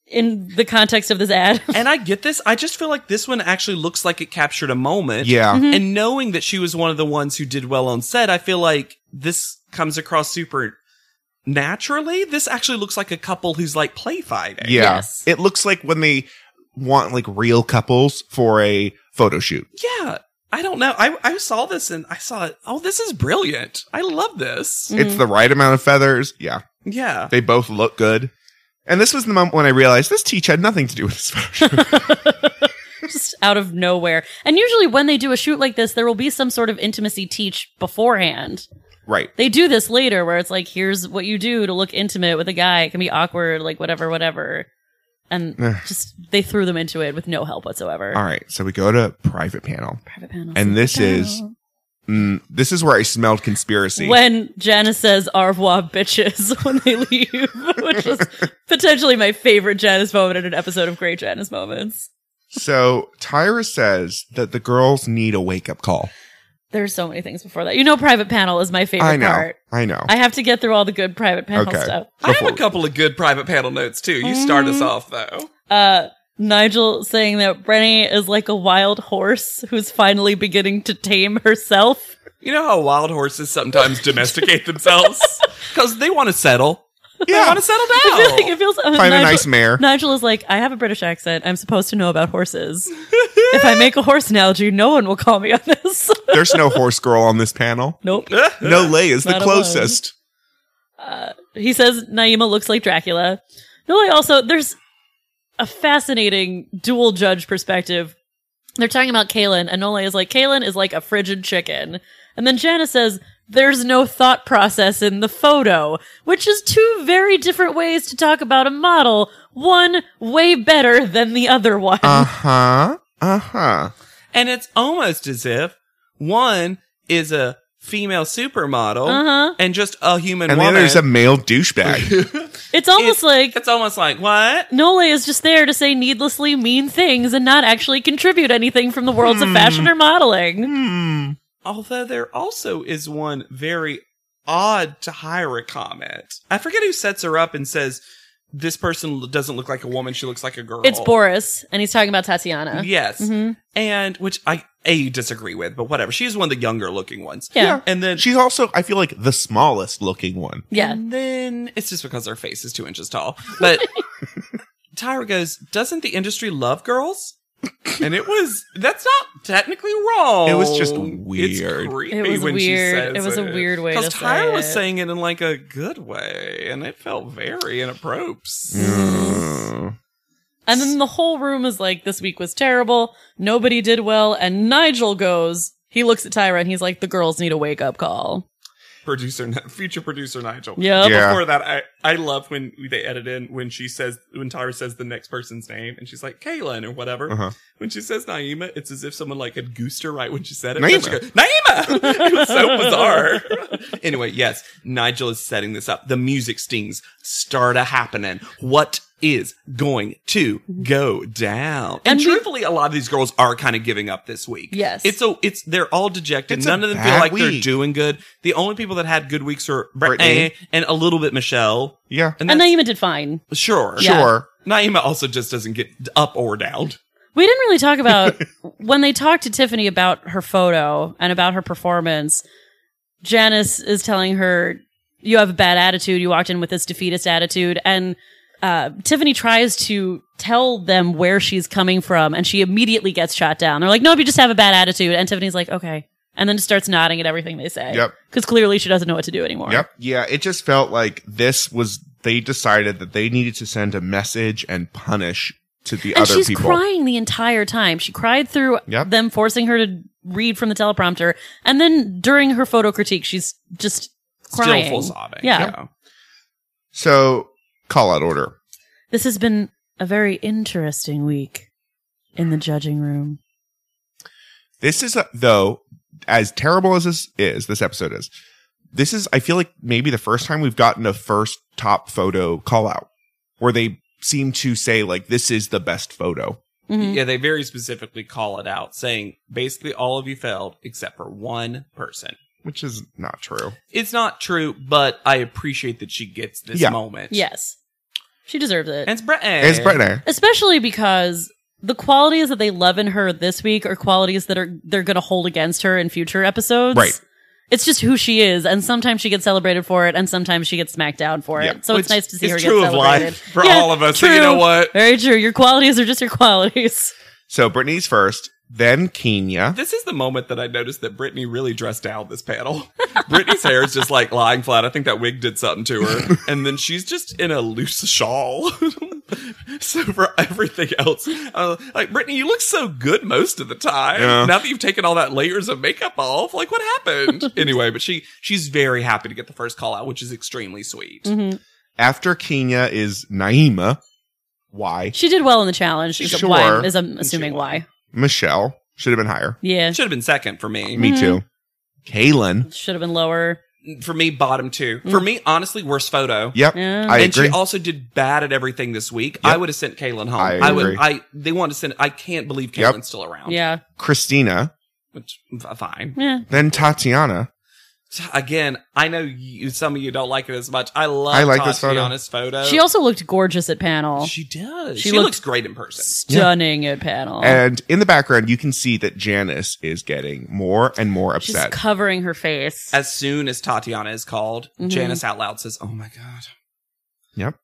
S6: in the context of this ad.
S3: and I get this. I just feel like this one actually looks like it captured a moment.
S5: Mm, Yeah.
S6: Mm-hmm.
S3: And knowing that she was one of the ones who did well on set, I feel like this comes across super naturally. This actually looks like a couple who's like play fighting.
S5: Yeah.
S6: Yes.
S5: It looks like when they want like real couples for a photo shoot.
S3: Yeah. I don't know. I, I saw this and I saw it. Oh, this is brilliant. I love
S6: Mm.
S3: this.
S6: Mm-hmm.
S5: It's the right amount of feathers. Yeah.
S3: Yeah.
S5: They both look good. And this was the moment when I realized this teach had nothing to do with this photo shoot.
S6: just out of nowhere. And usually, when they do a shoot like this, there will be some sort of intimacy teach beforehand.
S5: right.
S6: They do this later, where it's like, "Here's what you do to look intimate with a guy. It can be awkward, like whatever, whatever." And
S5: Eh.
S6: just they threw them into it with no help whatsoever.
S5: All right. So we go to private panel.
S6: Private panels.
S5: And this is mm, this is where I smelled conspiracy.
S6: when Janice says "au revoir, bitches" when they leave, which is potentially my favorite Janice moment in an episode of Great Janice Moments.
S5: so Tyra says that the girls need a wake up call.
S6: There's so many things before that. You know, private panel is my favorite
S5: I know.
S6: part.
S5: I know.
S6: I have to get through all the good private panel
S5: Okay.
S6: stuff.
S3: I have
S5: Before-
S3: a couple of good private panel notes too. You start us off though.
S6: Uh, Nigel saying that Brenny is like a wild horse who's finally beginning to tame herself.
S3: You know how wild horses sometimes domesticate themselves? Because they want to settle. They
S5: yeah.
S3: want to settle down.
S6: I feel like it feels. uh,
S5: Find a
S6: Nigel-
S5: nice mare.
S6: Nigel is like, I have a British accent. I'm supposed to know about horses. if I make a horse analogy, no one will call me on this.
S5: There's no horse girl on this panel.
S6: nope.
S5: No lay is the
S6: Not alone.
S5: closest.
S6: He says Naima looks like Dracula. Noli also there's a fascinating dual judge perspective. They're talking about Kalen, and Nole is like, Kalen is like a frigid chicken. And then Janice says, There's no thought process in the photo, which is two very different ways to talk about a model, one way better than the other one.
S5: Uh huh. Uh huh.
S3: And it's almost as if one is a female supermodel
S6: Uh-huh.
S3: and just a human
S5: And the
S3: woman.
S5: other is a male douchebag.
S6: it's almost like
S3: it's almost like what?
S6: Nole is just there to say needlessly mean things and not actually contribute anything from the worlds of fashion or modeling.
S5: Hmm.
S3: Although there also is one very odd to hire a comment. I forget who sets her up and says this person l- doesn't look like a woman; she looks like a girl.
S6: It's Mm-hmm. Boris, and he's talking about Tatiana.
S3: Yes, and which I a disagree with, but whatever. She's one of the younger looking ones.
S6: Yeah.
S3: and then
S5: She's also, I feel like, the smallest looking one.
S6: Yeah.
S3: And then it's just because her face is two inches tall. But Tyra goes, Doesn't the industry love girls? And it was that's not technically wrong.
S5: It was just
S3: It's
S5: weird.
S3: creepy
S6: It was
S3: when
S6: weird.
S3: She says
S6: It was a weird way
S3: Because
S6: to say
S3: Tyra was
S6: it.
S3: saying it in like a good way, and it felt very inappropriate.
S5: Mm.
S6: And then the whole room is like, this week was terrible. Nobody did well. And Nigel goes, he looks at Tyra and he's like, the girls need a wake up call.
S3: producer, Ni- future producer Nigel.
S6: Yep.
S5: Yeah.
S3: Before that, I, I love when they edit in when she says, when Tyra says the next person's name and she's like, Kaylin or whatever.
S5: Uh-huh.
S3: When she says Naima, it's as if someone like had goosed her right when she said it.
S5: Naima.
S3: Then she goes, Naima! it was so bizarre. anyway, yes, Nigel is setting this up. The music stings start a happening. What is going to go down? And,
S6: And we-
S3: truthfully, a lot of these girls are kind of giving up this week.
S6: Yes.
S3: It's a, it's, they're all dejected.
S5: It's a
S3: None of them feel
S5: bad
S3: like they're
S5: week.
S3: doing doing good. The only people that had good weeks are
S5: Brittany.
S3: Brittany and a little bit Michelle.
S5: Yeah.
S3: And,
S6: And
S3: that's-
S6: Naima did fine.
S3: sure,
S6: Yeah.
S5: Sure.
S3: Naima also just doesn't get up or down.
S6: We didn't really talk about when they talked to Tiffany about her photo and about her performance. Janice is telling her, "You have a bad attitude. You walked in with this defeatist attitude." And uh, Tiffany tries to tell them where she's coming from, and she immediately gets shot down. They're like, "No, you just have a bad attitude." And Tiffany's like, "Okay," and then just starts nodding at everything they say.
S5: Yep.
S6: Because clearly she doesn't know what to do anymore.
S5: Yep. Yeah. It just felt like this was they decided that they needed to send a message and punish to the
S6: And
S5: other
S6: she's
S5: people.
S6: crying the entire time. She cried through
S5: Yep.
S6: them forcing her to read from the teleprompter, and then during her photo critique, she's just crying.
S3: Still full sobbing.
S6: Yeah.
S5: So call out order.
S6: This has been a very interesting week in the judging room.
S5: This is a, though as terrible as this is. This episode is. This is. I feel like maybe the first time we've gotten a first top photo call out where they seem to say like this is the best photo.
S6: Mhm.
S3: Yeah, they very specifically call it out, saying basically all of you failed except for one person.
S5: which is not true.
S3: It's not true, but I appreciate that she gets this
S5: Yeah.
S3: moment.
S6: Yes, she deserves it,
S3: And it's Brittany.
S5: It's Brittany.
S6: especially because the qualities that they love in her this week are qualities that are they're going to hold against her in future episodes.
S5: Right.
S6: It's just who she is, and sometimes she gets celebrated for it, and sometimes she gets smacked down for it.
S5: Yeah.
S6: So
S3: Which
S6: it's nice to see
S3: is
S6: her
S3: true
S6: get
S3: of
S6: celebrated.
S3: life for all of us, so you know what?
S6: Very true. Your qualities are just your qualities.
S5: So Brittany's first, then Kenya.
S3: This is the moment that I noticed that Brittany really dressed down this panel. Brittany's hair is just like lying flat. I think that wig did something to her. And then she's just in a loose shawl. so for everything else, uh, like Brittany, you look so good most of the time.
S5: Yeah.
S3: Now that you've taken all that layers of makeup off, like what happened? anyway, but she she's very happy to get the first call out, which is extremely sweet.
S6: Mm-hmm.
S5: After Kenya is Naima. Why?
S6: She did well in the challenge. Is
S5: Sure.
S6: why I'm- is I'm
S3: she
S6: assuming
S3: won.
S6: why.
S5: Michelle. Should have been higher.
S6: Yeah,
S3: It should have been second for me.
S5: Me too. Kaylin.
S6: should have been lower.
S3: For me, bottom two. For me, honestly, worst photo.
S5: Yep.
S6: Yeah.
S5: I
S3: and
S5: agree.
S3: she also did bad at everything this week. I would have sent Kaylin home.
S5: I
S3: I, would.
S5: agree.
S3: I they want to send. I can't believe
S5: Yep.
S3: Kaylin's still around.
S6: Yeah,
S5: Christina.
S3: which f- fine.
S6: yeah.
S5: Then Tatiana.
S3: Again, I know you, some of you don't like it as much. I love
S5: I
S3: I
S5: like
S3: like
S5: this photo.
S3: Tatiana's photo.
S6: She also looked gorgeous at panel.
S3: she does.
S6: She
S3: She,
S6: looked-
S3: looks great in person.
S6: Stunning at panel.
S5: And in the background, you can see that Janice is getting more and more
S6: She's
S5: upset.
S6: covering her face.
S3: As soon as Tatiana is called,
S6: Mm-hmm.
S3: Janice out loud says, "Oh my god."
S5: Yep.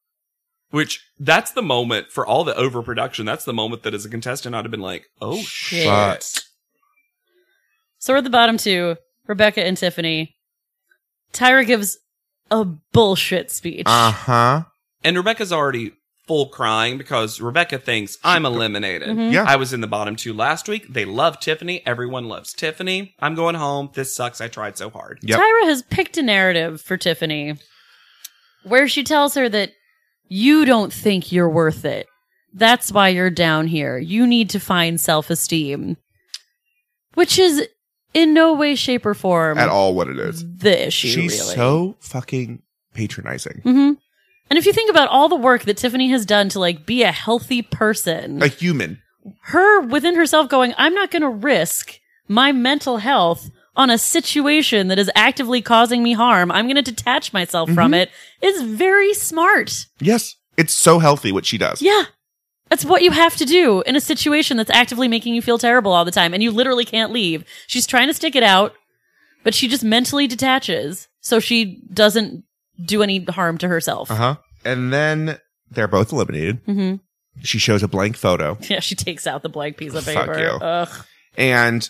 S3: Which that's the moment for all the overproduction. That's the moment that as a contestant I'd have been like, "Oh shit."
S5: But
S6: So we're at the bottom two, Rebecca and Tiffany. Tyra gives a bullshit speech.
S5: uh huh.
S3: And Rebecca's already full crying because Rebecca thinks I'm eliminated.
S6: Mm-hmm.
S5: Yeah.
S3: I was in the bottom two last week. They love Tiffany. Everyone loves Tiffany. I'm going home. This sucks. I tried so hard.
S5: Yep.
S6: Tyra has picked a narrative for Tiffany where she tells her that you don't think you're worth it. That's why you're down here. You need to find self esteem, which is in no way, shape, or form
S5: At all, what it is.
S6: the issue,
S5: She's
S6: really.
S5: so fucking patronizing.
S6: hmm And if you think about all the work that Tiffany has done to like be a healthy person,
S5: A human.
S6: her within herself going, I'm not going to risk my mental health on a situation that is actively causing me harm. I'm going to detach myself from
S5: Mm-hmm.
S6: it is very smart.
S5: Yes. It's so healthy what she does.
S6: Yeah. That's what you have to do in a situation that's actively making you feel terrible all the time and you literally can't leave. She's trying to stick it out, but she just mentally detaches so she doesn't do any harm to herself.
S5: Uh huh. And then they're both eliminated.
S6: hmm
S5: She shows a blank photo,
S6: Yeah, she takes out the blank piece of
S5: Fuck
S6: paper.
S5: you.
S6: Ugh.
S5: and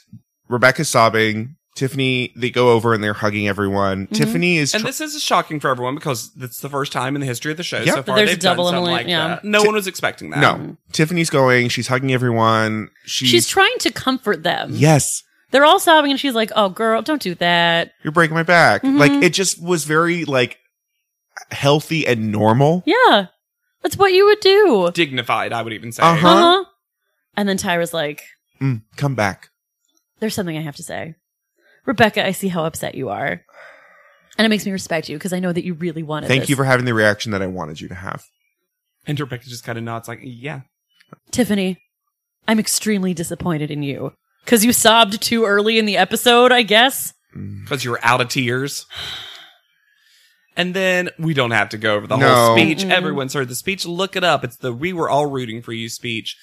S5: Rebecca's sobbing. Tiffany, they go over and they're hugging everyone. Tiffany is.
S3: And
S5: tr-
S3: this is shocking for everyone because that's the first time in the history of the show
S5: Yep.
S3: so far
S6: There's
S3: they've
S6: a double
S3: done something
S6: eliminate-
S3: like
S6: yeah.
S3: that. No
S5: Ti-
S3: one was expecting that.
S5: no, Tiffany's going. She's hugging everyone. She's,
S6: She's trying to comfort them.
S5: yes,
S6: They're all sobbing, and she's like, "Oh, girl, don't do that."
S5: You're breaking my back.
S6: Mhm.
S5: Like it just was very like healthy and normal.
S6: Yeah, that's what you would do.
S3: Dignified, I would even say.
S5: Uh-huh.
S6: Huh? And then Tyra's like,
S5: Mm, come back.
S6: there's something I have to say. Rebecca, I see how upset you are. And it makes me respect you because I know that you really wanted
S5: Thank
S6: this.
S5: you for having the reaction that I wanted you to have.
S3: And Rebecca just kind of nods, like, yeah.
S6: Tiffany, I'm extremely disappointed in you. Because you sobbed too early in the episode, I guess.
S3: because you were out of tears. And then we don't have to go over the
S5: No.
S3: whole speech.
S6: Mm-mm.
S3: Everyone's heard the speech. Look it up. It's the We Were All Rooting for You speech.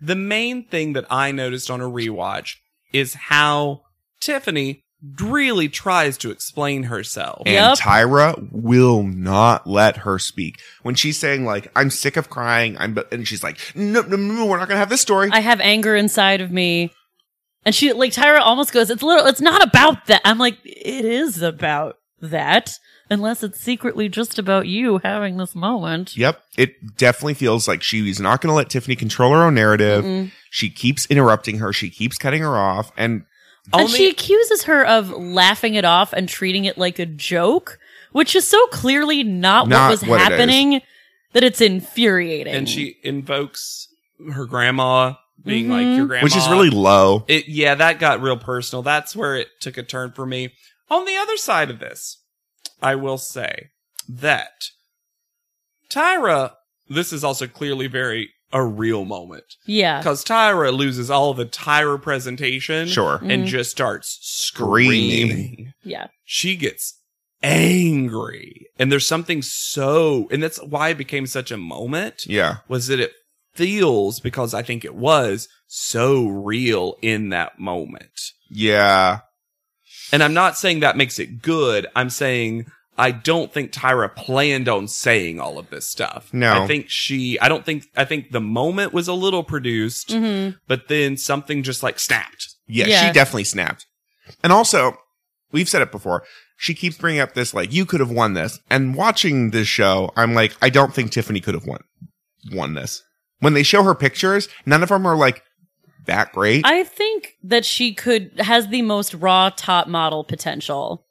S3: The main thing that I noticed on a rewatch is how Tiffany really tries to explain herself.
S5: And
S6: Yep.
S5: Tyra will not let her speak. When she's saying like, I'm sick of crying, I'm bu-" and she's like, no, no, no, no, we're not gonna have this story.
S6: I have anger inside of me. And she, like, Tyra almost goes, it's little, it's not about that. I'm like, it is about that. Unless it's secretly just about you having this moment.
S5: yep. It definitely feels like she's not gonna let Tiffany control her own narrative.
S6: Mm-mm.
S5: She keeps interrupting her, she keeps cutting her off, and
S6: and she accuses her of laughing it off and treating it like a joke, which is so clearly not,
S5: Not
S6: what was
S5: what it is.
S6: happening that it's infuriating.
S3: and she invokes her grandma being
S6: Mhm.
S3: like your grandma.
S5: which is really low.
S3: it yeah that got real personal that's where it took a turn for me on the other side of this i will say that tyra this is also clearly very a real moment
S6: yeah,
S3: because tyra loses all the tyra presentation
S5: Sure.
S3: and
S6: Mhm.
S3: just starts
S5: Screaming.
S3: screaming
S6: yeah,
S3: she gets angry and there's something so and that's why it became such a moment
S5: Yeah.
S3: was that it feels because I think it was so real in that moment.
S5: Yeah.
S3: And I'm not saying that makes it good. I'm saying I don't think Tyra planned on saying all of this stuff.
S5: No.
S3: I think she, I don't think, I think the moment was a little produced,
S6: Mhm.
S3: but then something just like snapped.
S5: Yeah,
S6: Yeah.
S5: she definitely snapped. And also, we've said it before. She keeps bringing up this like you could have won this. And watching this show, I'm like, I don't think Tiffany could have won won this. When they show her pictures, none of them are like that great.
S6: I think that she could has the most raw top model potential.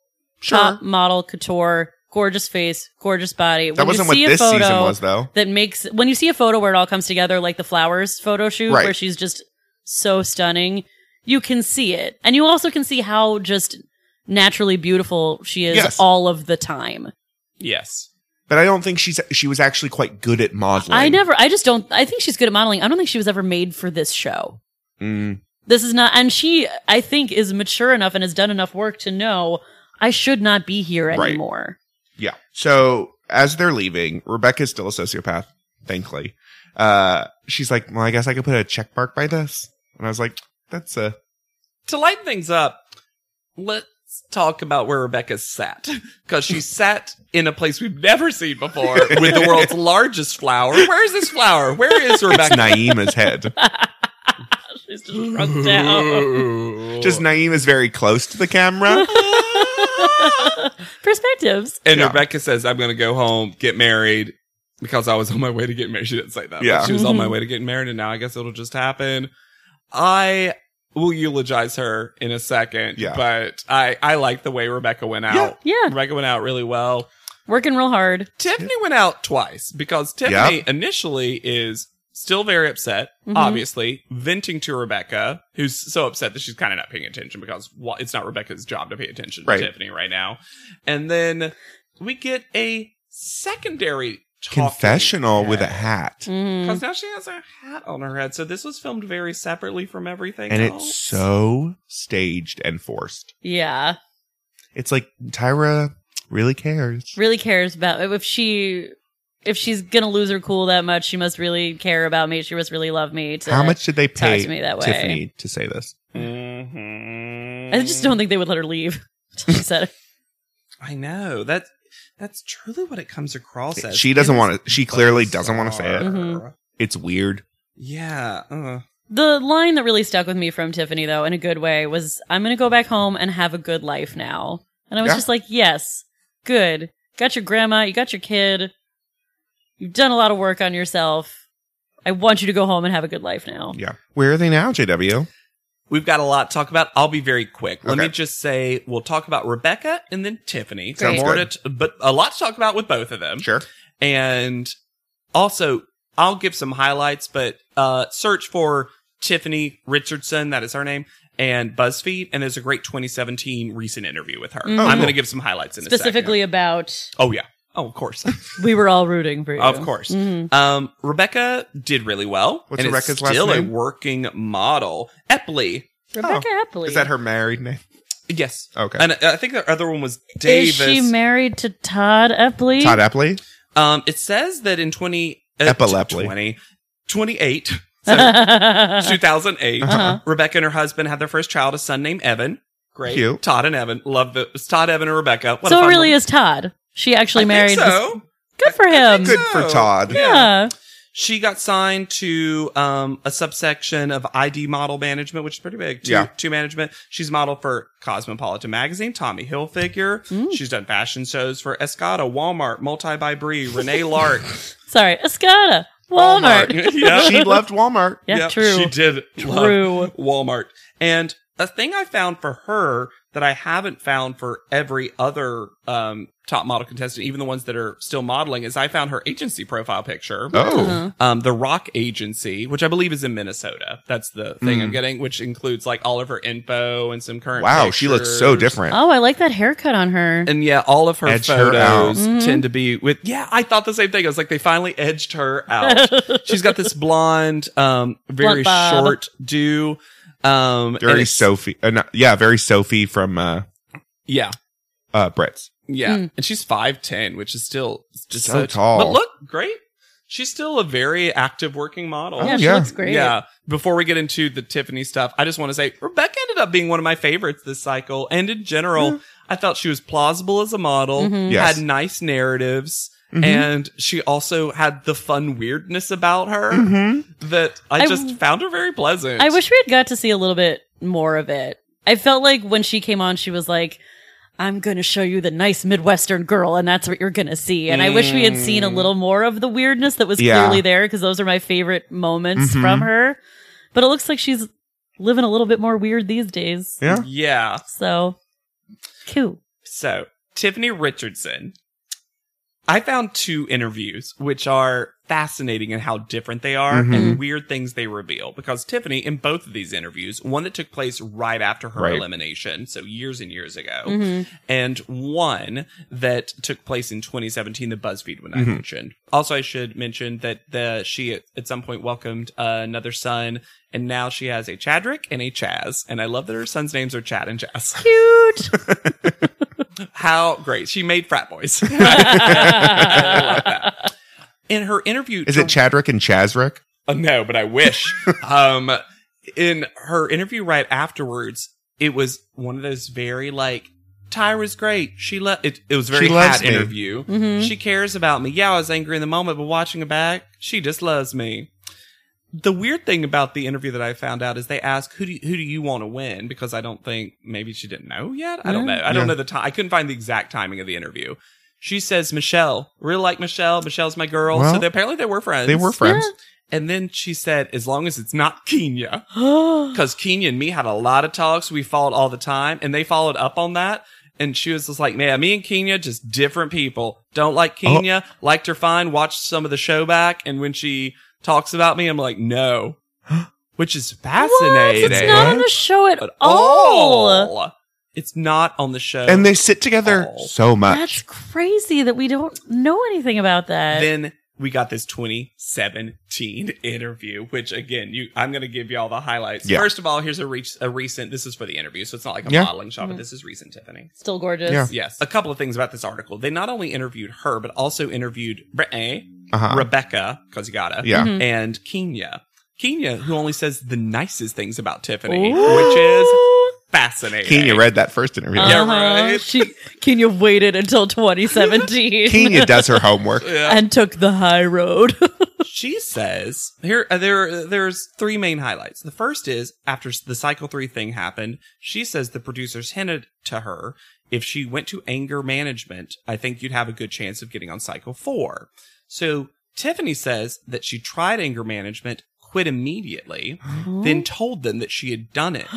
S6: Top model couture, gorgeous face, gorgeous body.
S5: that wasn't what this season was, though.
S6: that makes when you see a photo where it all comes together, like the flowers photo shoot,
S5: Right.
S6: where she's just so stunning, you can see it, and you also can see how just naturally beautiful she is
S5: Yes.
S6: all of the time.
S3: Yes.
S5: But I don't think she's she was actually quite good at modeling.
S6: I never, I just don't. I think she's good at modeling. I don't think she was ever made for this show.
S5: Mm,
S6: This is not, and she, I think, is mature enough and has done enough work to know I should not be here
S5: Right.
S6: anymore.
S5: yeah. So as they're leaving, Rebecca's still a sociopath, thankfully. Uh, she's like, well, I guess I could put a check mark by this. And I was like, that's uh, a
S3: to lighten things up, let's talk about where Rebecca sat. Because she sat in a place we've never seen before with the world's largest flower. Where is this flower? Where is
S5: that's
S3: Rebecca?
S5: Naima's head.
S6: She's just shrunk down.
S5: Just Naeem is very close to the camera.
S6: Perspectives.
S3: and
S5: Yeah.
S3: Rebecca says, I'm going to go home, get married. Because I was on my way to get married. She didn't say that. but
S5: Yeah.
S3: she was on my
S6: Mhm.
S3: way to getting married, and now I guess it'll just happen. I will eulogize her in a second.
S5: Yeah.
S3: But I, I like the way Rebecca went out.
S6: Yeah,
S3: Rebecca went out really well.
S6: working real hard.
S3: Tiffany went out twice because Tiffany initially is still very upset,
S6: Mhm.
S3: obviously, venting to Rebecca, who's so upset that she's kind of not paying attention because well, it's not Rebecca's job to pay attention
S5: Right.
S3: to Tiffany right now. And then we get a secondary talking
S5: Confessional
S3: head.
S5: with a hat.
S6: Mhm.
S3: Because now she has her hat on her head. So this was filmed very separately from everything
S5: And
S3: else.
S5: it's so staged and forced.
S6: Yeah.
S5: It's like Tyra really cares.
S6: really cares about if she if she's gonna lose her cool that much, she must really care about me. She must really love me. To,
S5: How much did they
S6: talk
S5: pay
S6: to me that way.
S5: Tiffany to say this?
S3: Mhm.
S6: I just don't think they would let her leave. She said,
S3: I know that that's truly what it comes across as.
S5: She doesn't
S3: It
S5: wanna-
S3: is
S5: she clearly doesn't wanna say it.
S3: bizarre.
S6: Mhm.
S5: It's weird.
S3: Yeah. uh.
S6: the line that really stuck with me from Tiffany, though, in a good way, was "I'm gonna go back home and have a good life now." And I was
S5: Yeah.
S6: just like, "Yes, good. Got your grandma. You got your kid. You've done a lot of work on yourself. I want you to go home and have a good life now."
S5: Yeah. Where are they now, JW?
S3: We've got a lot to talk about. I'll be very quick. Let
S5: Okay.
S3: me just say we'll talk about Rebecca and then Tiffany.
S5: Sounds
S3: More
S5: good.
S3: to t- but a lot to talk about with both of them.
S5: Sure.
S3: And also, I'll give some highlights, but uh, search for Tiffany Richardson, that is her name, and BuzzFeed, and there's a great 2017 recent interview with her. I'm
S5: Oh, cool.
S3: going to give some highlights in
S6: Specifically
S3: a
S6: about
S3: second. Oh, yeah. Oh, of course.
S6: we were all rooting for you. Mm-hmm.
S3: Of course. Um, Rebecca did really well.
S5: What's
S3: and is
S5: Rebecca's last
S3: still
S5: name?
S3: a working model. Epley.
S6: Rebecca Epley.
S5: Is that her married name?
S3: Yes.
S5: Okay.
S3: And uh, I think the other one was
S6: Is
S3: Davis.
S6: she married to Todd Epley?
S5: Todd Epley?
S3: um, it says that in 20, uh,
S5: Epilepsy.
S3: 20 28, so 2008,
S6: Uh-huh.
S3: Rebecca and her husband had their first child, a son named Evan. Great.
S5: Cute.
S3: Todd and Evan. Love the, it's Todd, Evan, and Rebecca. What a
S6: so it
S3: fun
S6: really
S3: little-
S6: is Todd. She
S3: I
S6: actually married.
S3: think so.
S6: Good for him.
S5: Good for Todd.
S6: Yeah.
S3: she got signed to um, a subsection of ID model management, which is pretty big. To,
S5: Yeah.
S3: to management. She's modeled for Cosmopolitan magazine, Tommy Hilfiger. She's done fashion shows for Escada, Walmart, Multi by Bree, Renee Lark,
S6: Sorry, Escada,
S5: Oh,
S6: Walmart.
S3: yeah.
S5: She loved Walmart.
S6: Yeah,
S3: Yep,
S6: true.
S3: She did love
S6: True.
S3: Walmart. And a thing I found for her that I haven't found for every other um, top model contestant, even the ones that are still modeling, is I found her agency profile picture
S5: Oh.
S6: Uh-huh.
S3: um, the Rock Agency, which I believe is in Minnesota. That's the thing I'm getting, which includes like all of her info and some current.
S5: Hmm. Wow, she looks so
S3: pictures. Um,
S5: different.
S6: Oh, I like that haircut on her.
S3: And yeah, all of her
S5: Edge her out.
S3: photos
S6: Mm-hmm.
S3: tend to be with. Yeah, I thought the same thing. I was like, they finally edged her out. She's got this blonde, um, very
S6: Blunt bob.
S3: short do. Um, and
S5: very
S3: it's-
S5: Sophie. Uh, not, yeah, very Sophie from uh,
S3: Yeah,
S5: uh, Brits.
S3: yeah,
S6: Hmm.
S3: and she's five ten, which is still just
S5: So
S3: such-
S5: tall.
S3: But look, great. She's still a very active working model.
S6: yeah, she
S5: Oh, yeah.
S6: looks great.
S3: Yeah. Before we get into the Tiffany stuff, I just want to say Rebecca ended up being one of my favorites this cycle. And in
S6: Hmm.
S3: general, I felt she was plausible as a model,
S6: Mm-hmm.
S5: Yes. Mm-hmm.
S3: had nice narratives, and she also had the fun weirdness about her
S5: Mm-hmm.
S3: that I
S6: I
S3: just
S6: w-
S3: found her very pleasant.
S6: I wish we had got to see a little bit more of it. I felt like when she came on, she was like, I'm going to show you the nice Midwestern girl, and that's what you're going to see. And I wish we had seen a little more of the weirdness that was
S5: Mm. Yeah. Mm-hmm.
S6: clearly there because those are my favorite moments from her. But it looks like she's living a little bit more weird these days.
S5: Yeah.
S3: Yeah.
S6: So, cool.
S3: So, Tiffany Richardson. I found two interviews which are fascinating in how different they are and weird things they reveal. Because Tiffany, in both of these interviews, one that took place right after her
S5: Right.
S3: elimination, so years and years ago,
S6: Mm-hmm.
S3: and one that took place in 2017, the BuzzFeed one I
S5: Mm-hmm.
S3: mentioned. Also, I should mention that the, she at, at some point welcomed uh, another son, and now she has a Chadrick and a Chaz. And I love that her sons' names are Chad and Chaz
S6: Cute.
S3: how great she made frat boys. I love that. In her interview,
S5: Is it Chadrick and Chazrick?
S3: Uh, no, but I wish. um, in her interview right afterwards, it was one of those very like Tyra's great. She left. It, it was a very
S5: She
S3: hot
S5: loves me.
S3: interview.
S6: Mm-hmm.
S3: She cares about me. Yeah, I was angry in the moment, but watching it back, she just loves me. The weird thing about the interview that I found out is they ask who do you, who do you want to win because I don't think maybe she didn't know yet. I don't know. I don't know the time. I couldn't find the exact timing of the interview. She says Michelle. Really like Michelle. Michelle's my girl.
S5: Well,
S3: so they, apparently they were friends.
S5: They were friends.
S3: And then she said, as long as it's not Kenya, because Kenya and me had a lot of talks. We followed all the time, and they followed up on that. And she was just like, man, me and Kenya, just different people. Don't like
S5: Uh-huh.
S3: Kenya, liked her fine, watched some of the show back. And when she talks about me, I'm like, no, which is
S6: What?
S3: fascinating.
S6: It's not on the show at,
S3: at
S6: all.
S3: all. It's not on the show.
S5: And they sit together
S3: Oh.
S5: so much.
S6: That's crazy that we don't know anything about that.
S3: then we got this 2017 interview, which again, you I'm going to give you all the highlights.
S5: Yeah.
S3: First of all, here's a, re- a recent. This is for the interview, so it's not like a
S5: Yeah.
S3: modeling shot, but this is recent, Tiffany.
S6: Still gorgeous.
S5: Yeah.
S3: Yes, a couple of things about this article. They not only interviewed her, but also interviewed Brittany,
S5: Uh-huh.
S3: Rebecca, because you gotta,
S5: Yeah.
S3: and Kenya. Kenya, who only says the nicest things about Tiffany, which is fascinating.
S5: Kenya read that first interview.
S3: Yeah.
S6: Uh-huh.
S3: right.
S6: She Kenya waited until 2017
S5: Kenya does her homework.
S6: and took the high road.
S3: she says here uh, there there's three main highlights. The first is after the cycle 3 thing happened, she says the producers hinted to her if she went to anger management, I think you'd have a good chance of getting on cycle 4. So Tiffany says that she tried anger management, quit immediately, then told them that she had done it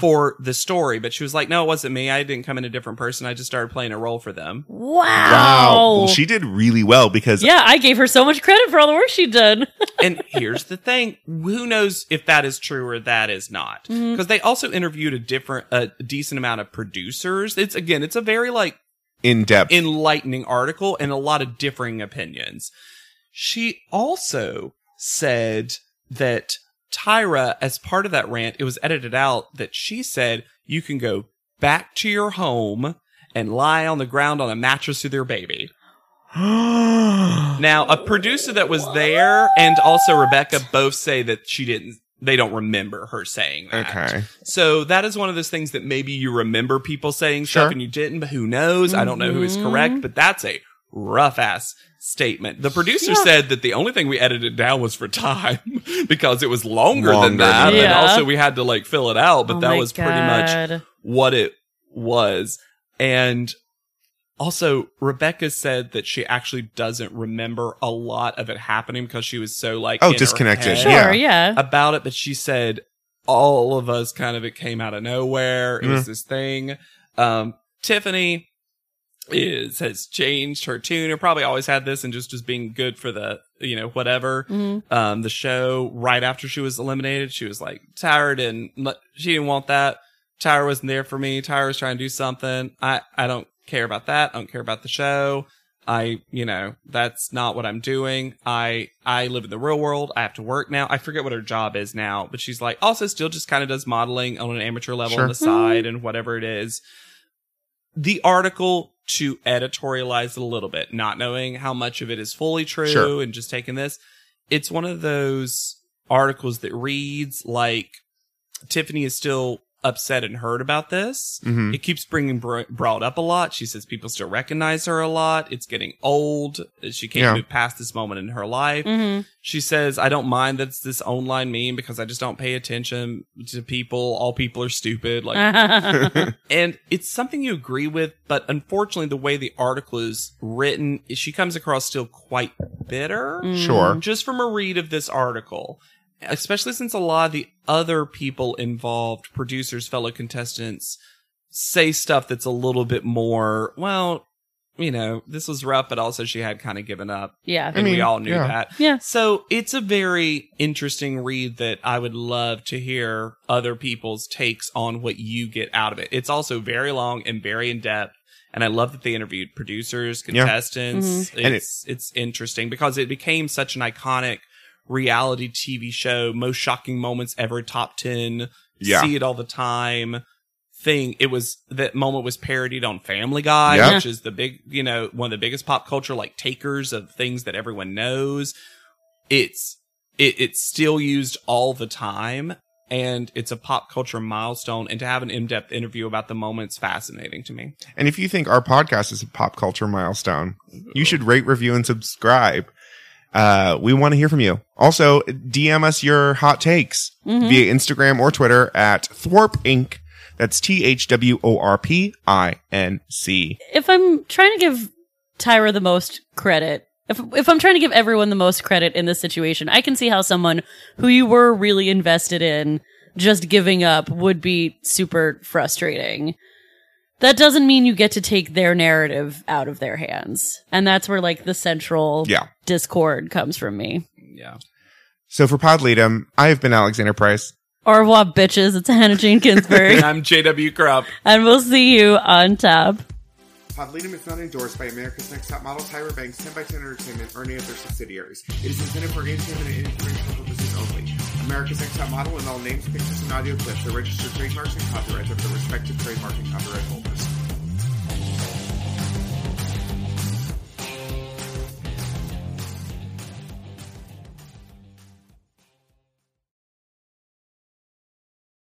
S3: for the story. But she was like, no, it wasn't me. I didn't come in a different person. I just started playing a role for them.
S6: Wow.
S5: Well, she did really well because
S6: yeah, I gave her so much credit for all the work she'd done.
S3: and here's the thing who knows if that is true or that is not because they also interviewed a different a decent amount of producers it's again it's a very like
S5: in depth.
S3: enlightening article and a lot of differing opinions she also said that tyra as part of that rant it was edited out that she said you can go back to your home and lie on the ground on a mattress with your baby now, a producer that was there and also Rebecca both say that she didn't. They don't remember her saying that.
S5: okay.
S3: So that is one of those things that maybe you remember people saying
S5: Sure.
S3: stuff and you didn't, but who knows? I don't know who is correct, but that's a rough ass statement. The producer said that the only thing we edited down was for time because it was longer,
S5: Longer
S3: than
S5: than
S3: that. And
S6: that.
S3: also we had to like fill it out, but
S6: Oh
S3: that
S6: my
S3: was pretty much
S6: God.
S3: what it was. And also, Rebecca said that she actually doesn't remember a lot of it happening because she was so like
S5: Oh,
S3: in her
S5: disconnected.
S3: head
S6: Sure,
S5: Yeah.
S6: yeah.
S3: about it. But she said all of us kind of it came out of nowhere. It
S5: Mm-hmm.
S3: was this thing. Um, Tiffany is has changed her tune or probably always had this and just was being good for the you know whatever
S6: Mm-hmm.
S3: um the show right after she was eliminated she was like tired and le- she didn't want that tyra wasn't there for me tyra was trying to do something i i don't care about that i don't care about the show i you know that's not what i'm doing i i live in the real world i have to work now i forget what her job is now but she's like also still just kind of does modeling on an amateur level
S5: Sure.
S3: on the side and whatever it is the article to editorialize it a little bit, not knowing how much of it is fully true
S5: Sure.
S3: and just taking this. It's one of those articles that reads like Tiffany is still upset and hurt about this.
S5: Mhm.
S3: It keeps bringing br- brought up a lot. She says people still recognize her a lot. It's getting old. She can't
S5: Yeah.
S3: move past this moment in her
S6: Mm-hmm.
S3: life. She says, I don't mind that it's this online meme because I just don't pay attention to people. All people are stupid.
S6: Uh-huh.
S3: Like, and it's something you agree with, but unfortunately, the way the article is written, she comes across still quite bitter.
S5: Sure.
S3: Just from a read of this article, especially since a lot of the other people involved, producers, fellow contestants, say stuff that's a little bit more, well, you know, this was rough, but also she had kind of given up.
S6: Yeah.
S3: I think we
S5: mean,
S3: all knew
S5: yeah.
S3: that.
S6: Yeah.
S3: So it's a very interesting read that I would love to hear other people's takes on what you get out of it. It's also very long and very in depth. And I love that they interviewed producers,
S5: Yeah. Mm-hmm.
S3: contestants.
S5: And
S3: It's it's interesting because it became such an iconic reality TV show, most shocking moments ever, top ten,
S5: Yeah.
S3: see it all the time thing. It was that moment was parodied on Family Guy,
S5: Yeah.
S3: which is the big, you know, one of the biggest pop culture like takers of things that everyone knows. It's it, it's still used all the time, and it's a pop culture milestone. And to have an in depth interview about the moment's fascinating to me.
S5: And if you think our podcast is a pop culture milestone, you should rate, review, and subscribe. Uh, we want to hear from you. Also, DM us your hot takes via Instagram or Twitter at Thwarp Inc. That's T H W O R P I N C.
S6: If I'm trying to give Tyra the most credit, if if I'm trying to give everyone the most credit in this situation, I can see how someone who you were really invested in just giving up would be super frustrating. That doesn't mean you get to take their narrative out of their hands. And that's where like the central
S5: Yeah.
S6: discord comes from me.
S3: Yeah.
S5: So for Podleadum, I have been Alexander Price.
S6: Au revoir, bitches. It's Hannah Jane Ginsburg.
S3: And I'm JW Krupp.
S6: and we'll see you on top.
S5: Podleadum is not endorsed by America's Next Top Model, Tyra Banks, 10x10 Entertainment, or any of their subsidiaries. It is intended for entertainment and informational purposes only. America's Next Top Model and all names, pictures, and audio clips are registered trademarks and copyrights of their respective trademark and copyright holders.